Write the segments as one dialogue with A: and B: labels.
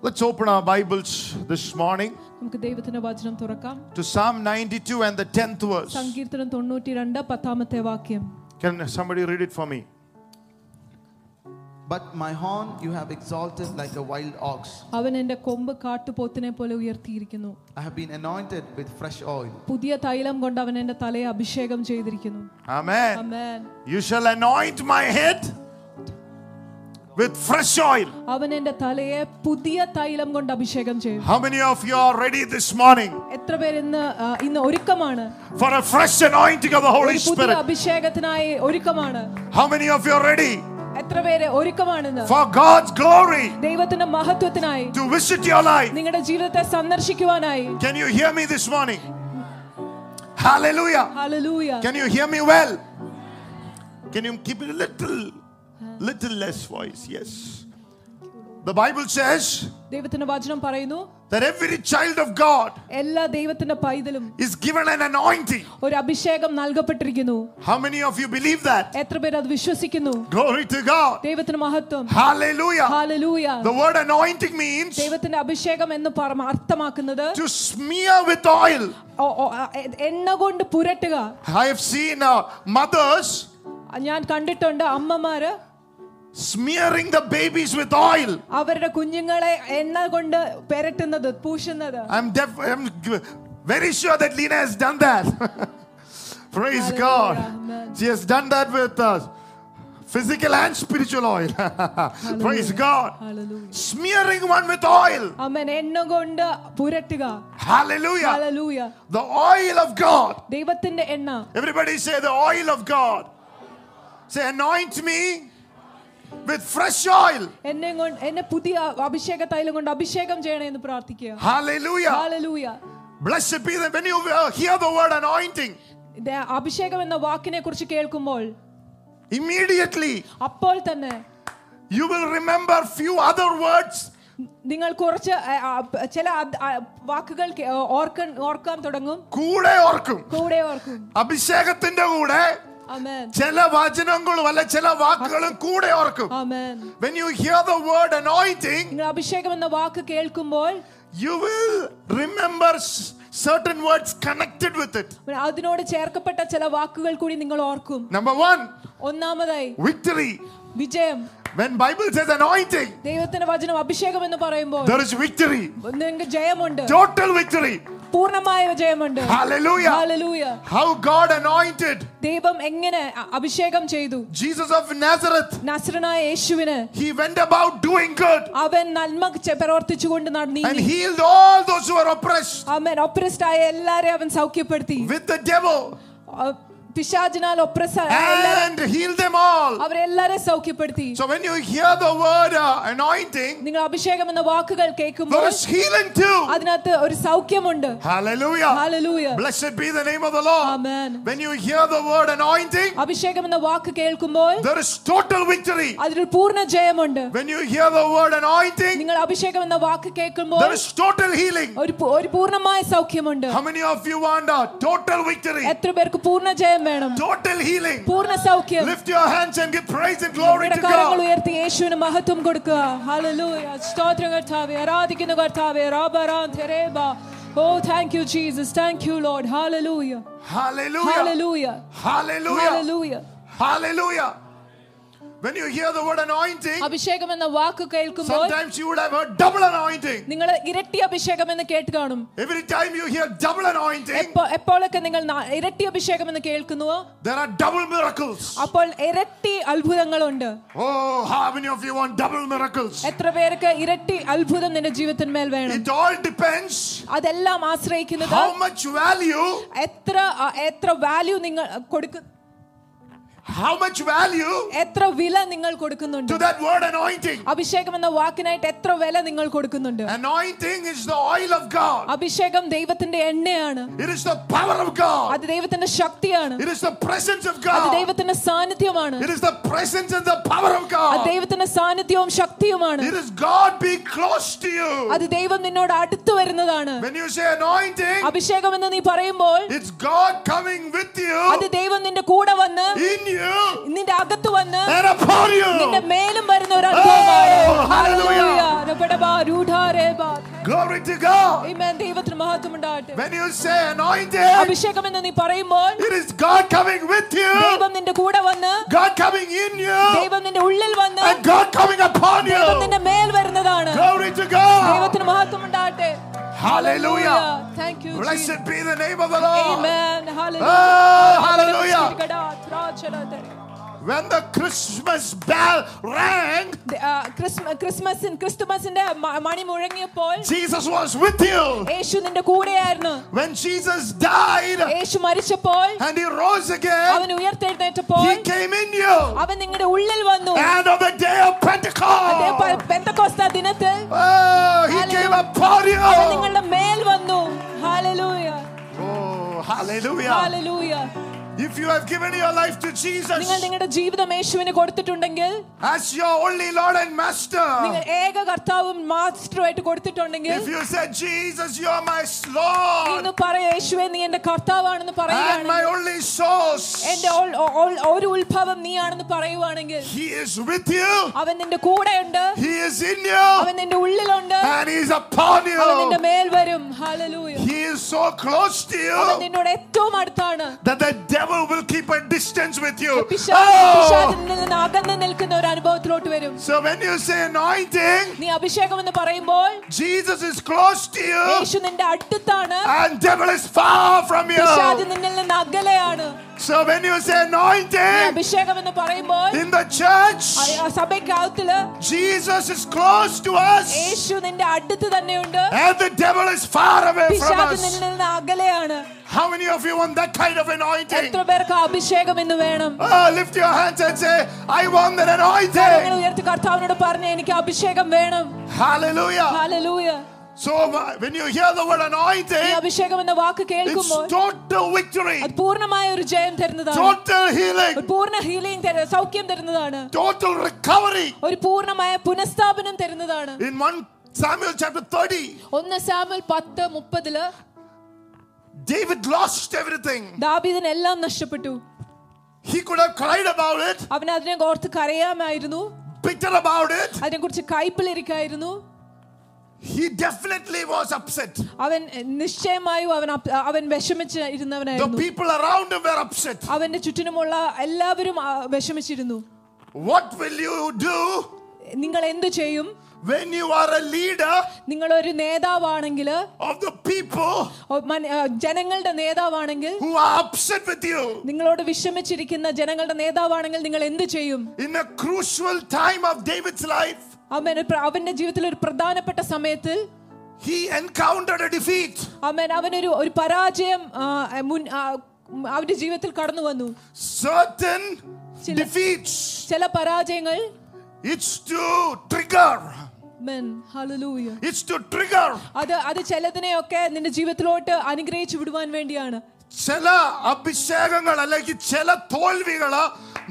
A: Let's open our Bibles this morning
B: നമുക്ക് ദൈവത്തിന്റെ വചനം തുറക്കാം
A: to Psalm 92 and the 10th verse.
B: സങ്കീർത്തനം തൊണ്ണൂറ്റി രണ്ട് പത്താമത്തെ വാക്യം
A: Can somebody read it for me?
C: But my horn you have exalted like a wild ox.
B: അവൻ എൻ്റെ കൊമ്പ് കാട്ടുപോത്തിനെ പോലെ ഉയർത്തിയിരിക്കുന്നു
C: I have been anointed with fresh oil.
B: പുതിയ തൈലം കൊണ്ട് അവൻ എൻ്റെ തലയെ അഭിഷേകം ചെയ്തിരിക്കുന്നു
A: Amen.
B: Amen
A: You shall anoint my head with fresh oil.
B: അവൻ എൻ്റെ തലയെ പുതിയ തൈലം കൊണ്ട് അഭിഷേകം ചെയ്യും
A: How many of you are ready this morning
B: എത്ര പേര് ഇന്ന് ആ, ഇന്ന് ഒരുക്കമാണ്
A: for a fresh anointing of the Holy
B: ഒരു പുതിയ
A: Spirit?
B: അഭിഷേകത്തിനായി ഒരുക്കമാണ്
A: How many of you are ready
B: എത്ര പേര് ഒരുക്കമാണെന്ന്
A: for God's glory
B: ദൈവത്തിന്റെ മഹത്വത്തിനായി
A: to visit your life?
B: നിങ്ങളുടെ ജീവിതത്തെ സന്ദർശിക്കുവാനായി
A: Can you hear me this morning? Hallelujah.
B: ഹല്ലേലൂയ
A: Can you hear me well? Can you keep it a little, little less voice? Yes. The Bible says
B: ദൈവത്തിന്റെ വചനം പറയുന്നു
A: that every child of God
B: എല്ലാ ദൈവത്തിന്റെ പൈതലും
A: is given an anointing.
B: ഒരു അഭിഷേകം നൽകപ്പെട്ടിരിക്കുന്നു
A: How many of you believe that?
B: എത്ര പേര് അത് വിശ്വസിക്കുന്നു
A: Glory to God.
B: ദൈവത്തിന് മഹത്വം
A: Hallelujah.
B: ഹാലലൂയ
A: The word anointing means
B: ദൈവത്തിന്റെ അഭിഷേകം എന്ന് പറ- അർത്ഥമാക്കുന്നത്
A: to smear with oil.
B: ഓ- ഓ- ആ, എ- എണ്ണ കൊണ്ട് പുരട്ടുക
A: I have seen uh, mothers
B: ഞാൻ കണ്ടിട്ടുണ്ട് അമ്മമാര്
A: smearing the babies with oil.
B: അവരുടെ കുഞ്ഞുങ്ങളെ എണ്ണ കൊണ്ട് പെരട്ടുന്നത് പൂശുന്നത്
A: I'm, def- I'm g- very sure that Lena has done that. Praise
B: Hallelujah.
A: God.
B: Amen.
A: She has done that with us. Physical and spiritual oil. Praise God.
B: ഹല്ലേലൂയ.
A: Smearing one with oil.
B: അമ്മൻ എണ്ണ കൊണ്ട് പുരട്ടുക
A: Hallelujah.
B: ഹല്ലേലൂയ
A: The oil of God.
B: ദൈവത്തിന്റെ എണ്ണ
A: Everybody say the oil of God. Say, anoint me with fresh oil.
B: എന്നെ കൊണ്ട് എന്നെ പുതിയ അഭിഷേക തൈലം കൊണ്ട് അഭിഷേകം ചെയ്യണേ എന്ന് പ്രാർത്ഥിക്കുക
A: Hallelujah.
B: ഹല്ലേലൂയ
A: Blessed be the when you uh, hear the word anointing,
B: ഇത് അഭിഷേകം എന്ന വാക്കിനെ കുറിച്ച് കേൾക്കുമ്പോൾ
A: immediately
B: അപ്പോൾ തന്നെ
A: you will remember few other words
B: നിങ്ങൾ കുറച്ച് അ, അ, ചില അത്, അ, വാക്കുകൾ കേ- ഓർക്കൻ ഓർക്കാൻ തുടങ്ങും
A: കൂടെ ഓർക്കും
B: കൂടെ ഓർക്കും
A: അഭിഷേകത്തിന്റെ കൂടെ
B: അമേൻ
A: ചില വചനങ്ങളും അല്ല ചില വാക്കുകളും കൂടെ ഓർക്കും
B: അമേൻ
A: when you hear the word anointing
B: നിങ്ങൾ അഭിഷേകം എന്ന വാക്ക് കേൾക്കുമ്പോൾ
A: you will remember s- certain words connected with it
B: അതിനോട് ചേർക്കപ്പെട്ട ചില വാക്കുകൾ കൂടി നിങ്ങൾ ഓർക്കും
A: number one
B: ഒന്നാമതായി
A: victory
B: വിജയം
A: when bible says anointing
B: ദൈവത്തിന്റെ വചനം അഭിഷേകം എന്ന് പറയുമ്പോൾ
A: there is victory
B: നിങ്ങൾക്ക് ജയമുണ്ട്
A: total victory
B: പൂർണ്ണമായ ജയമുണ്ട്
A: hallelujah
B: ഹാലലൂയ
A: how god anointed
B: ദൈവം എങ്ങനെ അ- അഭിഷേകം ചെയ്തു
A: jesus of nazareth
B: നസ്രനായ യേശുവിന്
A: he went about doing good
B: അവൻ നന്മ ചെ- പ്രവർത്തിച്ചുകൊണ്ട് നടന്നു
A: and healed all those who were oppressed
B: അവൻ ഒപ്രസ്ഡ് ആയ എല്ലാരെയും അവൻ സൗഖ്യപ്പെടുത്തി
A: with the devil
B: അഹ് പിശാചിനാൽ oppress
A: and healed them all
B: അവരെല്ലാരെ സൗഖ്യപ്പെടുത്തി
A: So when you hear the word uh, anointing,
B: നിങ്ങൾ അഭിഷേകം എന്ന വാക്കുകൾ
A: there
B: കേൾക്കുമ്പോൾ
A: is healing too.
B: അതിനകത്ത് ഒരു സൗഖ്യമുണ്ട്
A: Hallelujah.
B: ഹാലലൂയ
A: Blessed be the name of the Lord.
B: ആമേൻ
A: When you hear the word anointing,
B: അഭിഷേകം എന്ന വാക്ക് കേൾക്കുമ്പോൾ
A: there is total victory.
B: അതിനൊരു പൂർണ്ണ ജയമുണ്ട്
A: When you hear the word anointing,
B: നിങ്ങൾ അഭിഷേകം എന്ന വാക്ക് കേൾക്കുമ്പോൾ
A: there is total healing.
B: ഒരു പൂ- ഒരു പൂർണ്ണമായ സൗഖ്യമുണ്ട്
A: How many of you want a total victory?
B: എത്ര പേർക്ക് പൂർണ്ണ ജയം വേണം
A: Total healing.
B: പൂർണ്ണ സൗഖ്യം
A: Lift your hands and give praise and glory to
B: നിങ്ങളുടെ കരങ്ങൾ
A: God.
B: ഉയർത്തി യേശുവിന് മഹത്വം കൊടുക്കുക ഹല്ലേലൂയ സ്തോത്രം കർത്താവേ ആരാധിക്കുന്നു കർത്താവേ റബ്ബ റാം തെരേബ oh thank you Jesus thank you Lord ഹല്ലേലൂയ
A: Hallelujah.
B: ഹല്ലേലൂയ
A: Hallelujah.
B: ഹല്ലേലൂയ
A: Hallelujah. When you hear the word anointing,
B: അഭിഷേകം എന്ന വാക്ക് കേൾക്കുമ്പോൾ
A: sometimes you would have heard double anointing.
B: നിങ്ങൾ ഇരട്ടി അഭിഷേകം എന്ന് കേട്ട് കാണും
A: Every time you hear double anointing,
B: എപ്പോ- എപ്പോഴൊക്കെ നിങ്ങൾ ന- ഇരട്ടി അഭിഷേകം എന്ന് കേൾക്കുന്നുവോ
A: there are double miracles.
B: അപ്പോൾ ഇരട്ടി അത്ഭുതങ്ങളുണ്ട്
A: Oh, how many of you want double miracles?
B: എത്ര പേർക്ക് ഇരട്ടി അത്ഭുതം നിന്റെ ജീവിതത്തിന്മേൽ വേണം
A: It all depends
B: അതെല്ലാം ആശ്രയിക്കുന്നത്
A: how much value,
B: എത്ര അ- എത്ര വാല്യൂ നിങ്ങൾ കൊടുക്കുന്നു
A: how much value
B: എത്ര വില നിങ്ങൾ കൊടുക്കുന്നുണ്ട്
A: to that word anointing.
B: അഭിഷേകം എന്ന വാക്കിനായിട്ട് എത്ര വില നിങ്ങൾ കൊടുക്കുന്നുണ്ട്
A: Anointing is the oil of God.
B: അഭിഷേകം ദൈവത്തിന്റെ എണ്ണയാണ്
A: It is the power of God.
B: അത് ദൈവത്തിന്റെ ശക്തിയാണ്
A: It is the presence of
B: അത്
A: God.
B: ദൈവത്തിന്റെ സാന്നിധ്യമാണ്
A: It is the presence and the power of
B: അത്
A: God.
B: ദൈവത്തിന്റെ സാന്നിധ്യവും ശക്തിയുമാണ്
A: It is God being close to you.
B: അത് ദൈവം നിന്നോട് അടുത്തു വരുന്നതാണ്
A: When you say anointing,
B: അഭിഷേകം എന്ന് നീ പറയുമ്പോൾ
A: it's God coming with
B: അത്
A: you
B: ദൈവം നിന്റെ കൂടെ വന്ന്
A: in you
B: നിന്റെ അകത്ത് വന്ന്
A: and upon
B: നിന്റെ
A: you.
B: മേലും വരുന്ന ഒരു അനുഭവമാണ്.
A: Oh, hallelujah.
B: Hallelujah. രബഡബ, രൂഢാരേബ.
A: Glory to God.
B: Amen. ദൈവത്തിന് മഹത്വം ഉണ്ടാകട്ടെ
A: When you say anointed,
B: അഭിഷേകം എന്ന് നീ പറയുമ്പോൾ
A: it is God coming with you,
B: ദൈവം നിന്റെ കൂടെ വന്ന്
A: God coming in you,
B: ദൈവം നിന്റെ ഉള്ളിൽ വന്ന്
A: and God coming upon
B: ദൈവം
A: you.
B: നിന്റെ മേൽ വരുന്നതാണ്
A: Glory to God.
B: ദൈവത്തിന് മഹത്വം ഉണ്ടാകട്ടെ
A: Hallelujah.
B: Thank you
A: Blessed be the name of the Lord.
B: Amen.
A: Oh,
B: Hallelujah.
A: hallelujah.
B: Kadaath, Rajalathare.
A: When the Christmas bell rang,
B: the- ആ, ക്രിസ്മ- ക്രിസ്മസിൻ ക്രിസ്തുമസിന്റെ മ- മണി മുഴങ്ങിയപ്പോൾ
A: Jesus was with you.
B: യേശു നിന്റെ കൂടെയായിരുന്നു
A: When Jesus died
B: യേശു മരിച്ചപ്പോൾ
A: and he rose again,
B: അവൻ ഉയർത്തെഴുന്നേറ്റപ്പോൾ
A: he came in you.
B: അവൻ നിങ്ങളുടെ ഉള്ളിൽ വന്നു
A: And on the day of
B: അതേ പ-
A: Pentecost,
B: പെന്തക്കോസ്ത ദിനത്തിൽ
A: oh, he came upon
B: അവൻ
A: you.
B: നിങ്ങളുടെ മേൽ വന്നു ഹാലലൂയ
A: Oh, hallelujah.
B: ഹാലലൂയ
A: If you have given your life to
B: നിങ്ങൾ
A: Jesus
B: നിങ്ങളുടെ ജീവിതം യേശുവിന് കൊടുത്തിട്ടുണ്ടെങ്കിൽ
A: as your only Lord and
B: നിങ്ങൾ
A: Master,
B: ഏക കർത്താവും മാസ്റ്ററുമായിട്ട് കൊടുത്തിട്ടുണ്ടെങ്കിൽ
A: if you say, Jesus, you are my Lord
B: ഇന്ന് പറയ യേശുവെ നീ എന്റെ
A: and
B: കർത്താവാണെന്ന്
A: my
B: പറയുകയാണെങ്കിൽ
A: only source,
B: എന്റെ ഓൾ- ഓ- ഓൾ- ഒരു ഉത്ഭവം നീയാണെന്ന് പറയുവാണെങ്കിൽ
A: he is with you,
B: അവൻ നിന്റെ കൂടെയുണ്ട്
A: he is in you,
B: അവൻ നിന്റെ ഉള്ളിലുണ്ട്
A: and he is upon
B: അവൻ നിന്റെ
A: you.
B: മേൽ വരും ഹാലലൂയ
A: He is so close to
B: അവൻ
A: you.
B: നിന്നോട് ഏറ്റവും അടുത്താണ്
A: that the devil will keep a distance with you. Oh!
B: പിശാചിൽ നിന്ന് അകന്ന് നിൽക്കുന്ന ഒരു അനുഭവത്തിലോട്ട് വരും
A: So when you say anointing,
B: നീ അഭിഷേകം എന്ന് പറയുമ്പോൾ
A: Jesus is close to you
B: യേശു നിന്റെ അടുത്താണ്
A: and devil is far from
B: പിശാച്
A: you.
B: നിന്നിൽ നിന്ന് അകലെയാണ്
A: So when you say
B: നീ
A: anointing
B: അഭിഷേകം എന്ന് പറയുമ്പോൾ
A: in the church,
B: ആ- ആ സഭയ്ക്കകത്തില്
A: Jesus is close to us
B: യേശു നിന്റെ അടുത്ത് തന്നെയുണ്ട്
A: and the devil is far away from
B: പിശാച്
A: us.
B: നിന്നിൽ നിന്ന് അകലെയാണ്
A: How many of you want that kind of
B: എത്ര
A: anointing?
B: പേർക്ക് അഭിഷേകം എന്ന് വേണം
A: Oh, lift your hands and say, I want that
B: കരങ്ങൾ
A: anointing.
B: ഉയർത്തി കർത്താവിനോട് പറഞ്ഞു എനിക്ക് അഭിഷേകം വേണം
A: Hallelujah.
B: ഹാലലൂയ
A: So uh, when you hear the word
B: ഈ
A: anointing,
B: അഭിഷേകം എന്ന വാക്ക്
A: It's
B: കേൾക്കുമ്പോൾ
A: total victory,
B: അത് പൂർണ്ണമായ ഒരു ജയം തരുന്നതാണ്
A: total
B: ഒരു
A: healing,
B: പൂർണ്ണ ഹീലിംഗ് തരുന്ന സൗഖ്യം തരുന്നതാണ്
A: total recovery.
B: ഒരു പൂർണ്ണമായ പുനഃസ്ഥാപനം തരുന്നതാണ്
A: In 1 Samuel chapter 30,
B: ഒന്ന് സാമൽ പത്ത് മുപ്പതില്
A: David lost everything.
B: ദാബീദിന് എല്ലാം നഷ്ടപ്പെട്ടു
A: He could have cried about it,
B: അവൻ അതിനെ ഓർത്ത് കരയാമായിരുന്നു
A: bitter about it.
B: അതിനെക്കുറിച്ച് കൈപ്പിളിരിക്കായിരുന്നു
A: He definitely was upset.
B: അവൻ നിശ്ചയമായും അവൻ അപ്- അവൻ വിഷമിച്ച്
A: The
B: ഇരുന്നവനായിരുന്നു
A: people around him were upset.
B: അവന്റെ ചുറ്റിനുമുള്ള എല്ലാവരും ആ, വിഷമിച്ചിരുന്നു
A: What will you do
B: നിങ്ങൾ എന്തു ചെയ്യും
A: when you are a leader
B: നിങ്ങൾ ഒരു നേതാവാണെങ്കിൽ
A: of the people
B: ഒ- മന- ആ, ജനങ്ങളുടെ നേതാവാണെങ്കിൽ
A: who are upset with you?
B: നിങ്ങളോട് വിഷമിച്ചിരിക്കുന്ന ജനങ്ങളുടെ നേതാവാണെങ്കിൽ നിങ്ങൾ എന്ത് ചെയ്യും
A: In a crucial time of David's life,
B: അവൻ അവന്റെ ജീവിതത്തിൽ ഒരു പ്രധാനപ്പെട്ട സമയത്തിൽ
A: he encountered a defeat.
B: അവൻ അവനൊരു ഒരു പരാജയം ആ, മുൻ ആ, ഉം, അവന്റെ ജീവിതത്തിൽ കടന്നു വന്നു
A: certain
B: ചില-
A: defeats.
B: ചില പരാജയങ്ങൾ
A: It's to trigger.
B: Men, hallelujah.
A: It's to trigger.
B: അത് അത് ചിലതിനെയൊക്കെ നിന്റെ ജീവിതത്തിലോട്ട് അനുഗ്രഹിച്ചു വിടുവാൻ വേണ്ടിയാണ്
A: ചില അഭിഷേകങ്ങൾ അല്ലെങ്കിൽ ചില തോൽവികള്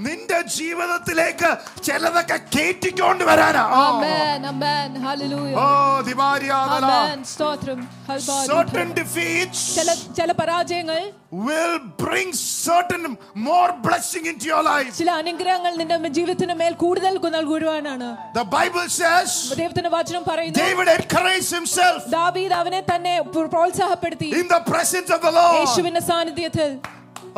A: നിന്റെ ജീവിതത്തിലേക്ക് ചിലതൊക്കെ കയറ്റിക്കൊണ്ട് വരാനാ ഓ.
B: Amen, amen, hallelujah.
A: ഓ ദിവാരിയാതല
B: Amen, സ്തോത്രം ഹൽബാദ്.
A: certain defeats
B: ചില ചില പരാജയങ്ങൾ
A: will bring certain more blessing into your life
B: ചില അനുഗ്രഹങ്ങൾ നിന്റെ ജീവിതത്തിന് മേൽ കൂടുതൽ നൽകുവാനാണ്
A: the bible says
B: ദൈവത്തിന്റെ വചനം പറയുന്നു
A: david encouraged himself
B: ദാവീദ് അവനെ തന്നെ പ്ര- പ്രോത്സാഹപ്പെടുത്തി
A: in the presence of the lord
B: യേശുവിന്റെ സാന്നിധ്യത്തിൽ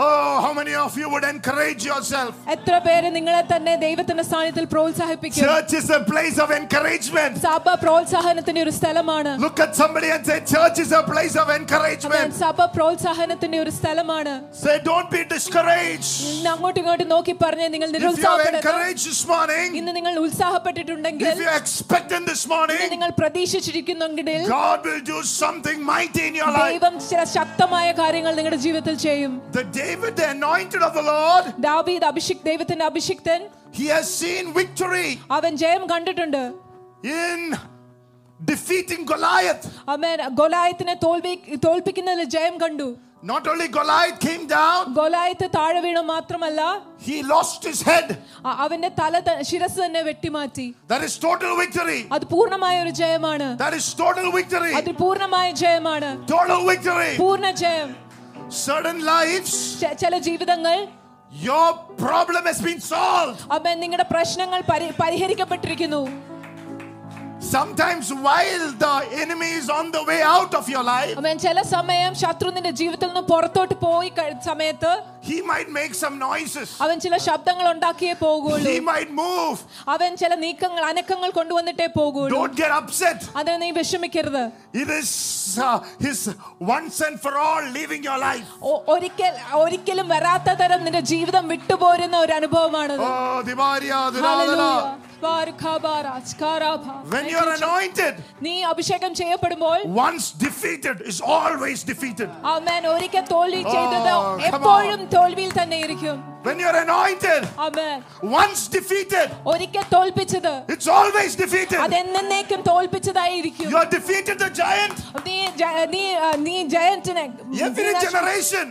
A: Oh, how many of you would encourage yourself?
B: എത്ര പേര് നിങ്ങളെ തന്നെ ദൈവത്തിന്റെ സാന്നിധ്യത്തിൽ പ്രോത്സാഹിപ്പിക്കും
A: Church is a place of encouragement.
B: സഭ പ്രോത്സാഹനത്തിന്റെ ഒരു സ്ഥലമാണ്
A: Look at somebody and say, Church is a place of encouragement.
B: സഭ പ്രോത്സാഹനത്തിന്റെ ഒരു സ്ഥലമാണ്
A: Say, Don't be discouraged.
B: ഇന്ന് അങ്ങോട്ടും ഇങ്ങോട്ടും നോക്കി പറഞ്ഞ് നിങ്ങൾ
A: If you are
B: നിരുത്സാഹപ്പെടുന്നത്
A: encouraged this morning,
B: ഇന്ന് നിങ്ങൾ ഉത്സാഹപ്പെട്ടിട്ടുണ്ടെങ്കിൽ
A: if you're expectant this
B: ഇന്ന്
A: morning,
B: നിങ്ങൾ പ്രതീക്ഷിച്ചിരിക്കുന്നെങ്കിൽ
A: God will do something mighty in your life.
B: ദൈവം ചില ശക്തമായ കാര്യങ്ങൾ നിങ്ങളുടെ ജീവിതത്തിൽ ചെയ്യും
A: The David, the anointed of the Lord,
B: ദാവീദ് അഭിഷിക് ദൈവത്തിന്റെ അഭിഷിക്തൻ
A: he has seen victory
B: അവൻ ജയം കണ്ടിട്ടുണ്ട്
A: in defeating Goliath.
B: അവൻ ഗോലായത്തിനെ തോൽവി തോൽപ്പിക്കുന്നതിൽ ജയം കണ്ടു
A: Not only Goliath came down,
B: ഗോലായത്ത് താഴെ വീണു മാത്രമല്ല
A: he lost his head.
B: അ- അവന്റെ തല ത- ശിരസ് തന്നെ വെട്ടിമാറ്റി
A: That is total victory.
B: അത് പൂർണ്ണമായ ഒരു ജയമാണ്
A: That is total victory.
B: അത് പൂർണ്ണമായ ജയമാണ്
A: Total victory.
B: പൂർണ്ണ ജയം
A: Certain lives,
B: ച- ചില ജീവിതങ്ങൾ
A: Your problem has been solved.
B: അമ്മ നിങ്ങളുടെ പ്രശ്നങ്ങൾ പരി- പരിഹരിക്കപ്പെട്ടിരിക്കുന്നു
A: Sometimes, while the enemy is on the way out of your life,
B: അമ്മ ചില സമയം ശത്രു നിന്റെ ജീവിതത്തിൽ നിന്ന് പുറത്തോട്ട് പോയി കഴി- സമയത്ത്
A: he might make some noises,
B: അവൻ ചില ശബ്ദങ്ങൾ ഉണ്ടാക്കിയേ പോകുള്ളൂ
A: he might move.
B: അവൻ ചില നീക്കങ്ങൾ അനക്കങ്ങൾ കൊണ്ടുവന്നിട്ടേ പോകുള്ളൂ
A: Don't get upset.
B: അതിന് നീ വിഷമിക്കരുത്
A: It is uh, his once and for all leaving your life.
B: ഒ- ഒരിക്കൽ ഒരിക്കലും വരാത്ത തരം നിന്റെ ജീവിതം വിട്ടുപോരുന്ന ഒരു അനുഭവമാണത്
A: Oh, Divaria,
B: Hallelujah.
A: Diradala.
B: Barkabara, skarabha.
A: When you are anointed,
B: നീ അഭിഷേകം ചെയ്യപ്പെടുമ്പോൾ
A: once defeated is always defeated.
B: അവൻ ഒരിക്കൽ തോൽവി ചെയ്തത്
A: Oh, come on.
B: എപ്പോഴും തോൽവിയിൽ തന്നെ ഇരിക്കും
A: When you are anointed,
B: അവൻ
A: once defeated,
B: ഒരിക്കൽ തോൽപ്പിച്ചത്
A: it's always defeated.
B: അതെന്നേക്കും തോൽപ്പിച്ചതായിരിക്കും
A: You have defeated the giant
B: നീ ജ- നീ ആ, നീ ജയന്റിനെ
A: every generation.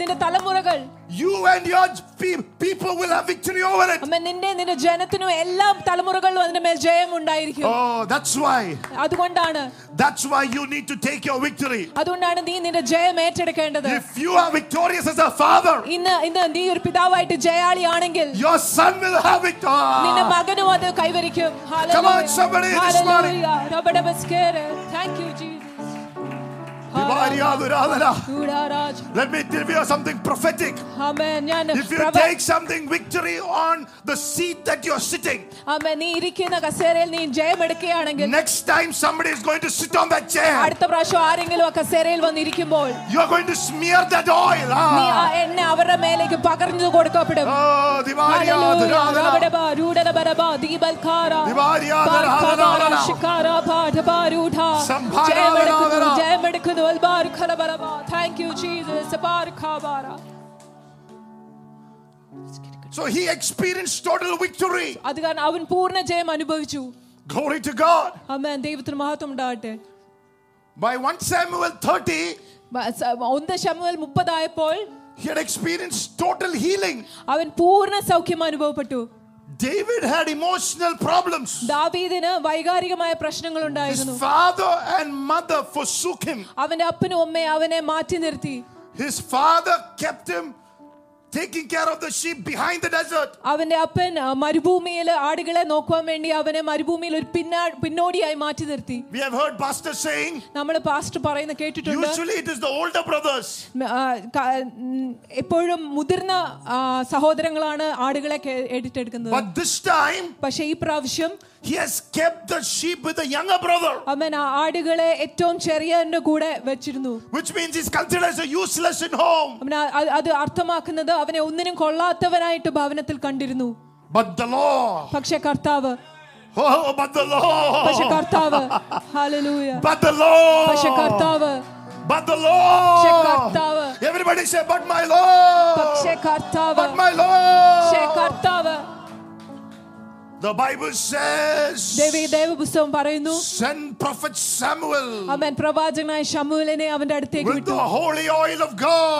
B: നിന്റെ തലമുറകൾ
A: You and your pe- people will have victory over it.
B: അമ്മ നിന്റെ നിന്റെ ജനത്തിനും എല്ലാ തലമുറകളിലും അതിന്റെ മേൽ ജയം ഉണ്ടായിരിക്കും
A: Oh, that's why.
B: അതുകൊണ്ടാണ്
A: That's why you need to take your victory.
B: അതുകൊണ്ടാണ് നീ നിന്റെ ജയം ഏറ്റെടുക്കേണ്ടത്
A: If you are victorious as a father,
B: ഇന്ന് ഇന്ന് നീ ഒരു പിതാവായിട്ട് ജയാളിയാണെങ്കിൽ
A: your son will have Ah.
B: നിന്റെ
A: victory.
B: മകനും അത് കൈവരിക്കും
A: Come on, somebody this morning.
B: Thank you Jesus
A: Divaria, Diradala. Let me tell you something prophetic.
B: ഞാൻ
A: If you
B: പ്രവ-
A: take something victory on the seat that you're sitting,
B: amen. നീ ഇരിക്കുന്ന കസേരയിൽ നീ ജയമെടുക്കുകയാണെങ്കിൽ
A: next time somebody is going to sit on that chair,
B: അടുത്ത പ്രാവശ്യം ആരെങ്കിലും ആ കസേരയിൽ വന്നിരിക്കുമ്പോൾ
A: you're going to smear that oil.
B: നീ ആ
A: Ah.
B: എണ്ണ അവരുടെ മേലേക്ക് പകർന്നു കൊടുക്കപ്പെടും
A: Oh, Divaria,
B: ഹല്ലേലൂയ.
A: Diradala.
B: റബഡബ, രൂഢരബരബ, ദീപൽഖാര,
A: ദിവാരിയാ,
B: പാർക്കബ,
A: ദരാദരാദരാ.
B: ശിഖാര, പാഠപാരൂഢ.
A: സംഭാരാ,
B: ജയമെടുക്കുന്നു,
A: ദരാദരാ.
B: ജയമെടുക്കുന്നു, അൽബാർഖലബരബ. Thank you, Jesus. പാർഖബാര.
A: So he experienced total victory.
B: അത് കാരണം അവൻ പൂർണ്ണ ജയം അനുഭവിച്ചു
A: Glory to God.
B: അമ്മ ദൈവത്തിന് മഹത്വം ഉണ്ടാകട്ടെ
A: By 1 Samuel 30,
B: ബ- സ- ഒന്ന് Samuel മുപ്പതായപ്പോൾ
A: he had experienced total healing.
B: അവൻ പൂർണ്ണ സൗഖ്യം അനുഭവപ്പെട്ടു
A: David had emotional problems.
B: ദാവീദിന് വൈകാരികമായ പ്രശ്നങ്ങൾ ഉണ്ടായിരുന്നു
A: His father and mother forsook him.
B: അവന്റെ അപ്പനും അമ്മയും അവനെ മാറ്റി നിർത്തി
A: His father kept him taking care of the sheep behind the desert.
B: അവന്റെ അപ്പൻ മരുഭൂമിയിൽ ആടുകളെ നോക്കുവാൻ വേണ്ടി അവനെ മരുഭൂമിയിൽ ഒരു പിന്നാ പിന്നോടിയായി മാറ്റി നിർത്തി
A: We have heard pastor saying,
B: നമ്മൾ പാസ്റ്റ് പറയുന്ന കേട്ടിട്ടുണ്ട്
A: usually it is the older brothers
B: ആ, ക- ഉം, എപ്പോഴും മുതിർന്ന ആ, സഹോദരങ്ങളാണ് ആടുകളെ കെ- ഏറ്റെടുക്കുന്നത്
A: but this time
B: പക്ഷെ ഈ പ്രാവശ്യം
A: he has kept the sheep with the younger brother
B: അവൻ ആ ആടുകളെ ഏറ്റവും ചെറിയവന്റെ കൂടെ വെച്ചിരുന്നു
A: which means he's considered as a useless in home
B: അവൻ ആ- അത് അത് അർത്ഥമാക്കുന്നത് അവനെ ഒന്നിനും കൊള്ളാത്തവനായിട്ട് ഭവനത്തിൽ കണ്ടിരുന്നു
A: but the law
B: പക്ഷെ കർത്താവ്
A: oh but the
B: പക്ഷെ
A: law
B: കർത്താവ് ഹാലലൂയ
A: but the
B: പക്ഷെ
A: law
B: കർത്താവ്
A: but the
B: പക്ഷെ
A: law
B: കർത്താവ്
A: everybody say but my law
B: പക്ഷേ കർത്താവ്
A: but my
B: പക്ഷേ
A: law
B: കർത്താവ്
A: the bible
B: ദേവി
A: says
B: ദേവപുസ്തകം പറയുന്നു
A: send prophet samuel
B: അവൻ പ്രവാചകനായ ഷമുലിനെ അവന്റെ അടുത്തേക്ക്
A: with the
B: വിട്ടു
A: holy oil of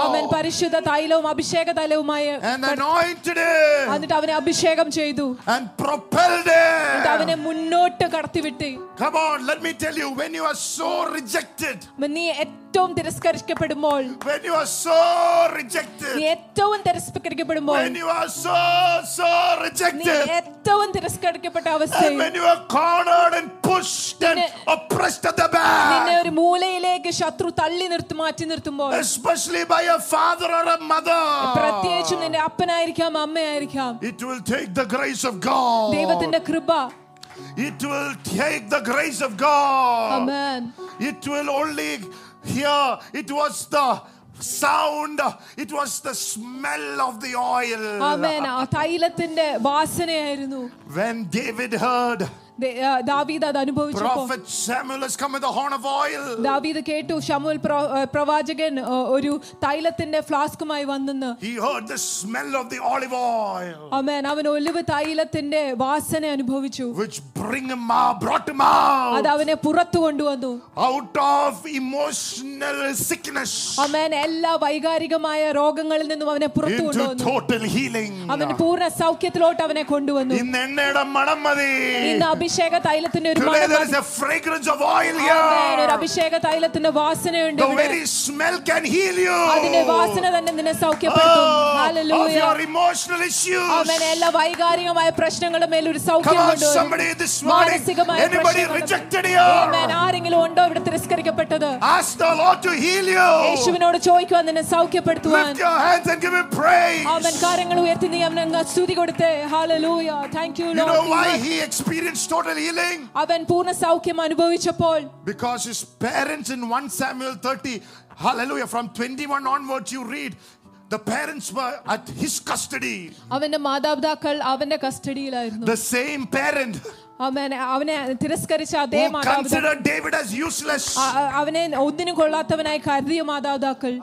B: അവൻ
A: god
B: പരിശുദ്ധ തൈലവും അഭിഷേക തൈലവുമായി
A: and anointed him
B: എന്നിട്ട് അവനെ അഭിഷേകം ചെയ്തു
A: and propelled
B: എന്നിട്ട്
A: him
B: അവനെ മുന്നോട്ട് കടത്തിവിട്ടി
A: Come on, let me tell you, when you are so rejected,
B: അവൻ നീ ഏറ്റവും തിരസ്കരിക്കപ്പെടുമ്പോൾ
A: when you are so
B: നീ
A: rejected,
B: ഏറ്റവും തിരസ്കരിക്കപ്പെടുമ്പോൾ
A: when you are so, so
B: നീ
A: rejected,
B: ഏറ്റവും തിരസ്കരിക്കപ്പെട്ട
A: and
B: അവസ്ഥയിൽ
A: when you are cornered and pushed and
B: നിന്നെ-
A: oppressed at the
B: നിന്നെ
A: back,
B: ഒരു മൂലയിലേക്ക് ശത്രു തള്ളി നിർത്തി മാറ്റി നിർത്തുമ്പോൾ
A: especially by a father or a
B: പ്രത്യേകിച്ചും
A: mother,
B: നിന്റെ അപ്പനായിരിക്കാം അമ്മയായിരിക്കാം
A: it will take the grace of God.
B: ദൈവത്തിന്റെ കൃപ
A: It will take the grace of God.
B: Amen.
A: It will only hear, it was the sound, it was the smell of the oil.
B: Amen. ആ തൈലത്തിന്റെ വാസനയായിരുന്നു
A: When David heard,
B: ദേ- ആ, ദാവീദ് അത് അനുഭവിച്ചപ്പോൾ
A: Prophet Samuel has come with a horn of oil,
B: ദാവീദ് കേട്ടു ശമുൽ പ്ര- ആ, പ്രവാചകൻ ആ, ഒരു തൈലത്തിന്റെ ഫ്ലാസ്കുമായി വന്നെന്ന്
A: he heard the smell of the olive oil,
B: അമേൻ അവൻ ഒലിവ് തൈലത്തിന്റെ വാസന അനുഭവിച്ചു
A: which bring him out, brought him
B: അത്
A: out,
B: അവനെ പുറത്തു കൊണ്ടുവന്നു
A: out of emotional sickness
B: അമേൻ എല്ലാ വൈകാരികമായ രോഗങ്ങളിൽ നിന്നും അവനെ പുറത്തു
A: into
B: കൊണ്ടുവന്നു
A: total healing.
B: അവൻ പൂർണ്ണ സൗഖ്യത്തിലോട്ട് അവനെ കൊണ്ടുവന്നു
A: ഇന്ന് എണ്ണയുടെ മണം മതി
B: ഇന്ന് അഭിഷേക തൈലത്തിന്റെ ഒരു
A: Today
B: മണം
A: there is
B: മതി.
A: a fragrance of oil
B: ആമേൻ. ഒരു
A: here.
B: അഭിഷേക തൈലത്തിന്റെ വാസനയുണ്ട്
A: The
B: ഇവിടെ.
A: very smell can heal
B: അതിന്റെ
A: you.
B: വാസന തന്നെ നിന്നെ സൗഖ്യപ്പെടുത്തും
A: Oh, of
B: ഹല്ലേലൂയ.
A: your emotional
B: ആമേൻ.
A: issues.
B: എല്ലാ വൈകാരികമായ പ്രശ്നങ്ങളുടെ മേൽ ഒരു
A: Come
B: സൗഖ്യം
A: on,
B: കൊണ്ടുവരും.
A: somebody this morning.
B: മാനസികമായ
A: Anybody
B: പ്രശ്നങ്ങൾ.
A: rejected Oh.
B: ആമേൻ.
A: you?
B: ആരെങ്കിലും ഉണ്ടോ ഇവിടെ തിരസ്കരിക്കപ്പെട്ടത്
A: Ask the Lord to heal you.
B: യേശുവിനോട് ചോദിക്കുവാൻ നിന്നെ സൗഖ്യപ്പെടുത്തുവാൻ
A: Lift your hands and give Him
B: അവൻ
A: praise.
B: കാര്യങ്ങൾ ഉയർത്തി നീ അവൻ അങ്ങ് സ്തുതി കൊടുത്തേ hallelujah thank you
A: You know why he experienced total healing?
B: അവൻ പൂർണ്ണ സൗഖ്യം അനുഭവിച്ചപ്പോൾ
A: Because his parents in 1 Samuel 30, hallelujah, from 21 onwards, you read, the parents were at his custody.
B: അവന്റെ മാതാപിതാക്കൾ അവന്റെ കസ്റ്റഡിയിലായിരുന്നു
A: The same parent
B: അവൻ അവനെ തിരസ്കരിച്ച അതേ
A: who
B: മാതാപിതാക്കൾ
A: considered David as useless
B: അ- അ- അവനെ ഒന്നിനും കൊള്ളാത്തവനായി കരുതിയ മാതാപിതാക്കൾ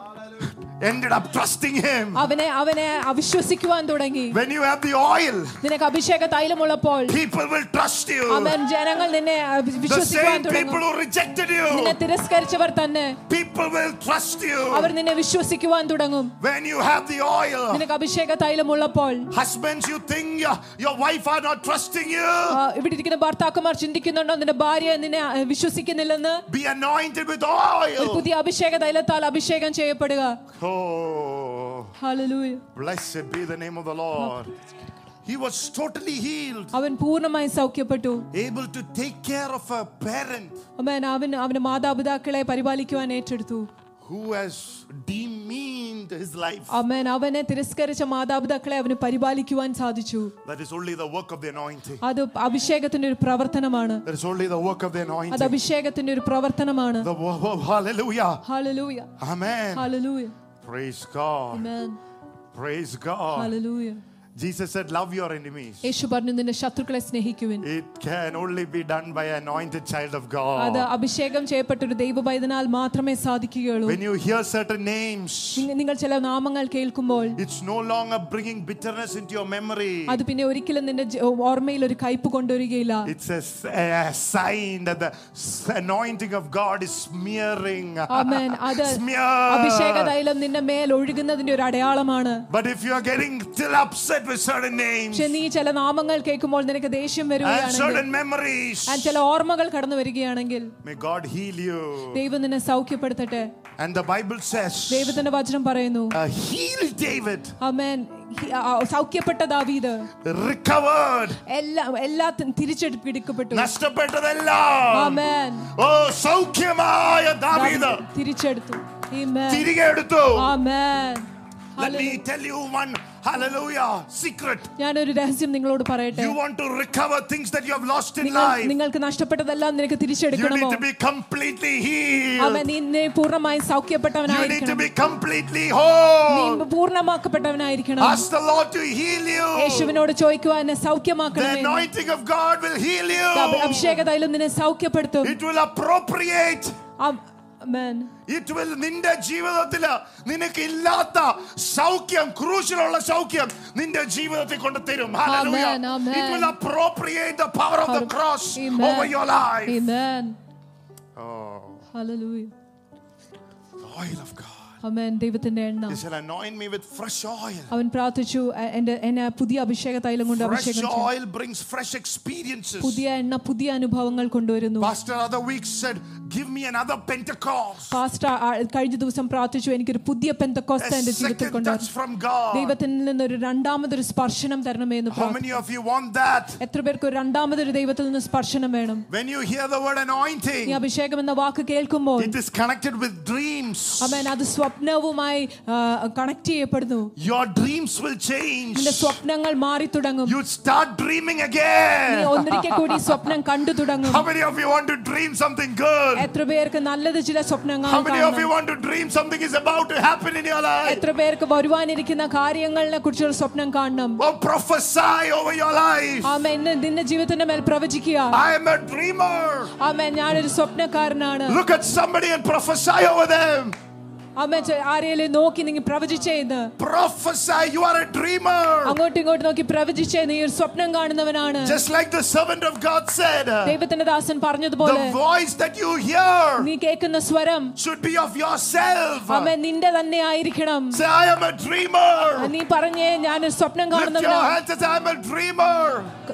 A: ended up trusting him.
B: അവനെ അവനെ അവിശ്വസിക്കുവാൻ തുടങ്ങി
A: When you have the oil,
B: നിനക്ക് അഭിഷേക തൈലമുള്ളപ്പോൾ
A: people will trust you.
B: അവൻ ജനങ്ങൾ നിന്നെ അവി-
A: The
B: വിശ്വസിക്കുവാൻ
A: same people
B: തുടങ്ങും
A: who rejected
B: നിന്നെ
A: you,
B: തിരസ്കരിച്ചവർ തന്നെ
A: people will trust
B: our
A: you.
B: നിന്നെ വിശ്വസിക്കുവാൻ തുടങ്ങും
A: When you have the oil,
B: നിനക്ക് അഭിഷേക തൈലമുള്ളപ്പോൾ
A: husbands, you think your, your wife are not trusting
B: ആ,
A: you.
B: ഇവിടെ ഇരിക്കുന്ന ഭർത്താക്കന്മാർ ചിന്തിക്കുന്നുണ്ടോ നിന്റെ ഭാര്യ നിന്നെ ആ, വിശ്വസിക്കുന്നില്ലെന്ന്
A: Be anointed with
B: ഒരു
A: oil.
B: പുതിയ അഭിഷേക തൈലത്താൽ അഭിഷേകം ചെയ്യപ്പെടുക
A: Oh,
B: ഹല്ലേലൂയ
A: blessed be the name of the Lord. He was totally healed,
B: അവൻ പൂർണ്ണമായി സൗഖ്യപ്പെട്ടു
A: able to take care of a parent
B: അവൻ അവൻ അവന്റെ മാതാപിതാക്കളെ പരിപാലിക്കുവാൻ ഏറ്റെടുത്തു
A: who has demeaned his life.
B: അവൻ അവനെ തിരസ്കരിച്ച മാതാപിതാക്കളെ അവന് പരിപാലിക്കുവാൻ സാധിച്ചു
A: That is only the work of the anointing.
B: അത് അഭിഷേകത്തിന്റെ ഒരു പ്രവർത്തനമാണ്
A: That is only the work of the
B: അത്
A: anointing.
B: അഭിഷേകത്തിന്റെ ഒരു പ്രവർത്തനമാണ്
A: The wo- wo- hallelujah.
B: Hallelujah
A: Amen.
B: Hallelujah
A: Praise God.
B: Amen
A: Praise God.
B: Hallelujah
A: Jesus said, Love your enemies.
B: യേശു പറഞ്ഞു നിന്റെ ശത്രുക്കളെ സ്നേഹിക്കുവിൻ
A: It can only be done by anointed child of God.
B: അത് അഭിഷേകം ചെയ്യപ്പെട്ട ഒരു ദൈവപൈതനാൽ മാത്രമേ സാധിക്കുകയുള്ളൂ
A: When you hear certain names,
B: നിങ്ങ- നിങ്ങൾ ചില നാമങ്ങൾ കേൾക്കുമ്പോൾ
A: It's no longer bringing bitterness into your memory.
B: അത് പിന്നെ ഒരിക്കലും നിന്റെ ജ- ഓർമ്മയിൽ ഒരു കയ്പ് കൊണ്ടുവരികയില്ല
A: It's a, s- a sign that the s- anointing of God is smearing.
B: ആമേൻ അത് അഭിഷേക
A: Smear.
B: തൈലം നിന്റെ മേൽ ഒഴുകുന്നതിന്റെ ഒരു അടയാളമാണ്
A: But if you are getting still upset with certain names
B: പക്ഷെ നീ ചില നാമങ്ങൾ കേൾക്കുമ്പോൾ നിനക്ക് ദേഷ്യം
A: and
B: വരികയാണെങ്കിൽ
A: certain memories,
B: ആ ചില ഓർമ്മകൾ കടന്നു വരികയാണെങ്കിൽ
A: may God heal you.
B: ദൈവം നിന്നെ സൗഖ്യപ്പെടുത്തട്ടെ
A: And the Bible says,
B: ദൈവത്തിന്റെ വചനം പറയുന്നു
A: uh, healed David,
B: ആമേൻ ഹി- ആ, സൗഖ്യപ്പെട്ട ദാവീദ്
A: recovered,
B: എല്ലാ എല്ലാത്തും തിരിച്ചെടുപ്പിടിക്കപ്പെട്ടു
A: നഷ്ടപ്പെട്ടതെല്ലാം
B: ആമേൻ
A: ഓ സൗഖ്യമായ ദാവീദ്
B: ദാവീദ് തിരിച്ചെടുത്തു ആമേൻ
A: തിരികെ എടുത്തു
B: ആമേൻ
A: Let me tell you one hallelujah secret.
B: ഞാനൊരു രഹസ്യം നിങ്ങളോട് പറയട്ടെ
A: You want to recover things that you have lost in
B: നിങ്ങൾ-
A: life.
B: നിങ്ങൾക്ക് നഷ്ടപ്പെട്ടതെല്ലാം നിനക്ക്
A: You
B: തിരിച്ചെടുക്കണമോ
A: need to be completely
B: അവൻ
A: healed.
B: നിന്നെ പൂർണ്ണമായി
A: You need to
B: സൗഖ്യപ്പെട്ടവനായിരിക്കണം
A: be completely
B: നീ
A: whole.
B: പൂർണ്ണമാക്കപ്പെട്ടവനായിരിക്കണം
A: Ask the Lord to heal you.
B: യേശുവിനോട് ചോദിക്കുവാൻ എന്നെ
A: Oh. The
B: സൗഖ്യമാക്കണമേ
A: anointing of God will heal
B: Abhi-
A: you.
B: അഭിഷേക തൈലം നിന്നെ സൗഖ്യപ്പെടുത്തും
A: It will appropriate.
B: ആം- ആമേൻ.
A: ഇറ്റ് വിൽ നിന്റെ ജീവിതത്തിൽ നിനക്ക് ഇല്ലാത്ത സൗഖ്യം ക്രൂശിലുള്ള സൗഖ്യം നിന്റെ ജീവിതത്തിൽ കൊണ്ട് തരും
B: Amen, amen.
A: It will appropriate the power of the cross
B: Amen.
A: Over your life
B: Amen.
A: Oh,
B: Hallelujah.
A: the oil of God.
B: Amen. ദൈവത്തിന്റെ എണ്ണ
A: He said, anoint me with fresh oil.
B: അവൻ പ്രാർത്ഥിച്ചു "എ- എന്റെ എന്നെ പുതിയ അഭിഷേക തൈലം കൊണ്ട് അഭിഷേകം
A: Fresh
B: ചെയ്യണം."
A: oil brings fresh experiences.
B: പുതിയ എണ്ണ പുതിയ അനുഭവങ്ങൾ കൊണ്ടുവരുന്നു
A: Pastor other week said, give me another Pentecost.
B: Pastor ആ, കഴിഞ്ഞ ദിവസം പ്രാർത്ഥിച്ചു എനിക്കൊരു പുതിയ പെന്തക്കോസ്ത
A: A
B: എന്റെ ജീവിതത്തിൽ
A: second
B: കൊണ്ടുവരണം
A: touch from God.
B: ദൈവത്തിൽ നിന്ന് ഒരു രണ്ടാമതൊരു സ്പർശനം തരണമേ എന്ന്
A: How
B: പ്രാർത്ഥിച്ചു
A: many of you want that?
B: എത്ര പേർക്ക് ഒരു രണ്ടാമതൊരു ദൈവത്തിൽ നിന്ന് സ്പർശനം വേണം
A: When you hear the word
B: ഈ
A: anointing,
B: അഭിഷേകം എന്ന വാക്ക് കേൾക്കുമ്പോൾ
A: it is connected with dreams.
B: അമേൻ അത് സ്വപ്നവുമായി കണക്ട് ചെയ്യപ്പെടുന്നു
A: Your dreams will change.
B: നിന്റെ സ്വപ്നങ്ങൾ മാറി തുടങ്ങും
A: You start dreaming
B: നീ
A: again.
B: ഒന്നിരിക്കൽ കൂടി സ്വപ്നം കണ്ടു തുടങ്ങും
A: How many of you want to dream something good?
B: എത്ര പേർക്ക് നല്ലത് ചില സ്വപ്നങ്ങൾ
A: How many of you
B: കാണണം?
A: want to dream something is about to happen in your life?
B: എത്ര പേർക്ക് വരുവാനിരിക്കുന്ന കാര്യങ്ങളെ കുറിച്ചൊരു സ്വപ്നം കാണണം
A: Oh, prophesy over your life.
B: ആമേൻ ഇന്ന് നിന്റെ ജീവിതത്തിന്റെ മേൽ പ്രവചിക്കുക
A: I am a dreamer.
B: ആമേൻ ഞാനൊരു സ്വപ്നക്കാരനാണ്
A: Look at somebody and prophesy over them.
B: അമ്മ ആരെയിലെ നോക്കി നിങ്ങൾ പ്രവചിച്ചേ ഇന്ന്
A: Prophesy, you are a dreamer.
B: അങ്ങോട്ടും ഇങ്ങോട്ടും നോക്കി പ്രവചിച്ചേ നീ ഒരു സ്വപ്നം കാണുന്നവനാണ്
A: Just like the servant of God said, the
B: ദൈവത്തിന്റെ ദാസൻ പറഞ്ഞതുപോലെ
A: voice that you hear
B: നീ കേൾക്കുന്ന സ്വരം
A: should be of yourself.
B: അമ്മ നിന്റെ തന്നെ ആയിരിക്കണം
A: Say, I am a dreamer.
B: നീ പറഞ്ഞേ ഞാൻ ഒരു സ്വപ്നം
A: Lift your
B: കാണുന്നവനാണ്
A: hands and say, I'm a dreamer.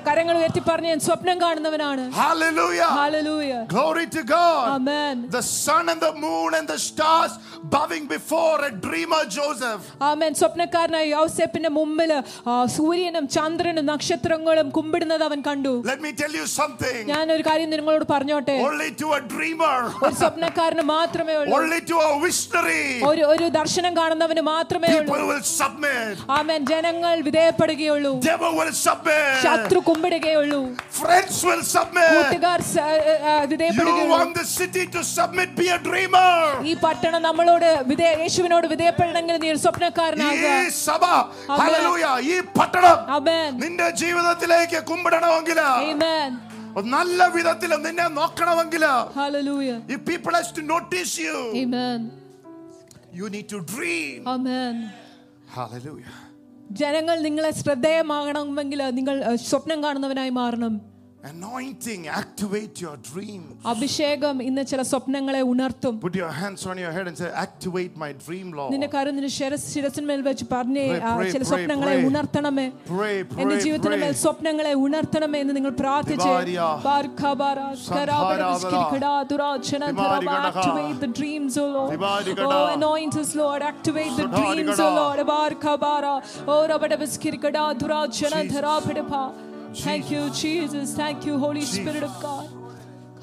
B: കരങ്ങൾ ഉയർത്തി പറഞ്ഞ് ഞാൻ സ്വപ്നം കാണുന്നവനാണ്
A: Hallelujah.
B: ഹാലലൂയ
A: Glory to God.
B: ആമേൻ
A: The sun and the moon and the stars bowing before a dreamer Joseph.
B: ആമേൻ സ്വപ്നക്കാരനായ യൗസേപ്പിന്റെ മുമ്പിൽ ആ, സൂര്യനും ചന്ദ്രനും നക്ഷത്രങ്ങളും കുമ്പിടുന്നത് അവൻ കണ്ടു
A: Let me tell you something.
B: ഞാൻ ഒരു കാര്യം നിങ്ങളോട് പറഞ്ഞോട്ടെ
A: Only to a dreamer,
B: ഒരു സ്വപ്നക്കാരന് മാത്രമേ ഉള്ളൂ
A: only to a visionary,
B: ഒരു ഒരു ദർശനം കാണുന്നവന് മാത്രമേ ഉള്ളൂ
A: people will submit.
B: ആമേൻ ജനങ്ങൾ വിധേയപ്പെടുകയുള്ളൂ
A: Devil will submit.
B: ശത്രു കുമ്പിടുകയുള്ളൂ
A: Friends will submit.
B: കൂട്ടുകാർ സ- ഏ, ഏ,
A: You
B: വിധേയപ്പെടുകയുള്ളൂ
A: want the city to submit, be a dreamer.
B: ഈ പട്ടണം നമ്മളോട് വിധേ യേശുവിനോട് വിധേയപ്പെടണമെങ്കിൽ നീ ഒരു
A: ഈ
B: സ്വപ്നക്കാരനാകുക
A: സഭ
B: Amen.
A: ഹല്ലേലൂയ ഈ പട്ടണം
B: ആമേൻ
A: നിന്റെ ജീവിതത്തിലേക്ക് കുമ്പിടണമെങ്കിൽ
B: ആമേൻ
A: നല്ല വിധത്തിൽ നിന്നെ നോക്കണമെങ്കിൽ
B: ഹല്ലേലൂയ
A: ഈ people has to notice you
B: amen
A: you need to dream
B: amen
A: hallelujah
B: ജനങ്ങൾ നിങ്ങളെ ശ്രദ്ധേയമാകണമെങ്കിൽ നിങ്ങൾ അഹ്, സ്വപ്നം കാണുന്നവനായി മാറണം
A: anointing activate your dream
B: അഭിഷേകം ഇന്ന് ചില സ്വപ്നങ്ങളെ ഉണർത്തും
A: put your hands on your head and say activate my dream lord
B: നിന്റെ കാര്യം നിന്റെ ശിരസ് ശിരസിന്മേൽ വെച്ച് പറഞ്ഞേ
A: Pray,
B: ആ,
A: pray,
B: ചില
A: pray,
B: സ്വപ്നങ്ങളെ
A: pray.
B: ഉണർത്തണമേ
A: pray
B: എന്റെ
A: pray
B: ജീവിതത്തിന്റെ
A: pray
B: മേൽ സ്വപ്നങ്ങളെ ഉണർത്തണമേ എന്ന് നിങ്ങൾ പ്രാർത്ഥിച്ച്
A: ദിവാരിയ.
B: ബാർഖബാര, സ്കരാബര,
A: സംഹാരാബര.
B: വിസ്കിരിക്കടാ, ദുരാചന, ധരബ,
A: ദിവാരികടക.
B: activate the dreams, O Lord.
A: ദിവാരികട.
B: Oh, anoint us, Lord. Activate the
A: സുധാരികട.
B: dreams, O Lord. Oh, ബാർഖബാര. Oh, റബട, വിസ്കിരിക്കടാ, ദുരാചന,
A: Jesus.
B: ധരാപടഭ. Thank you, Jesus. Thank you, Holy
A: Jesus.
B: Spirit of God.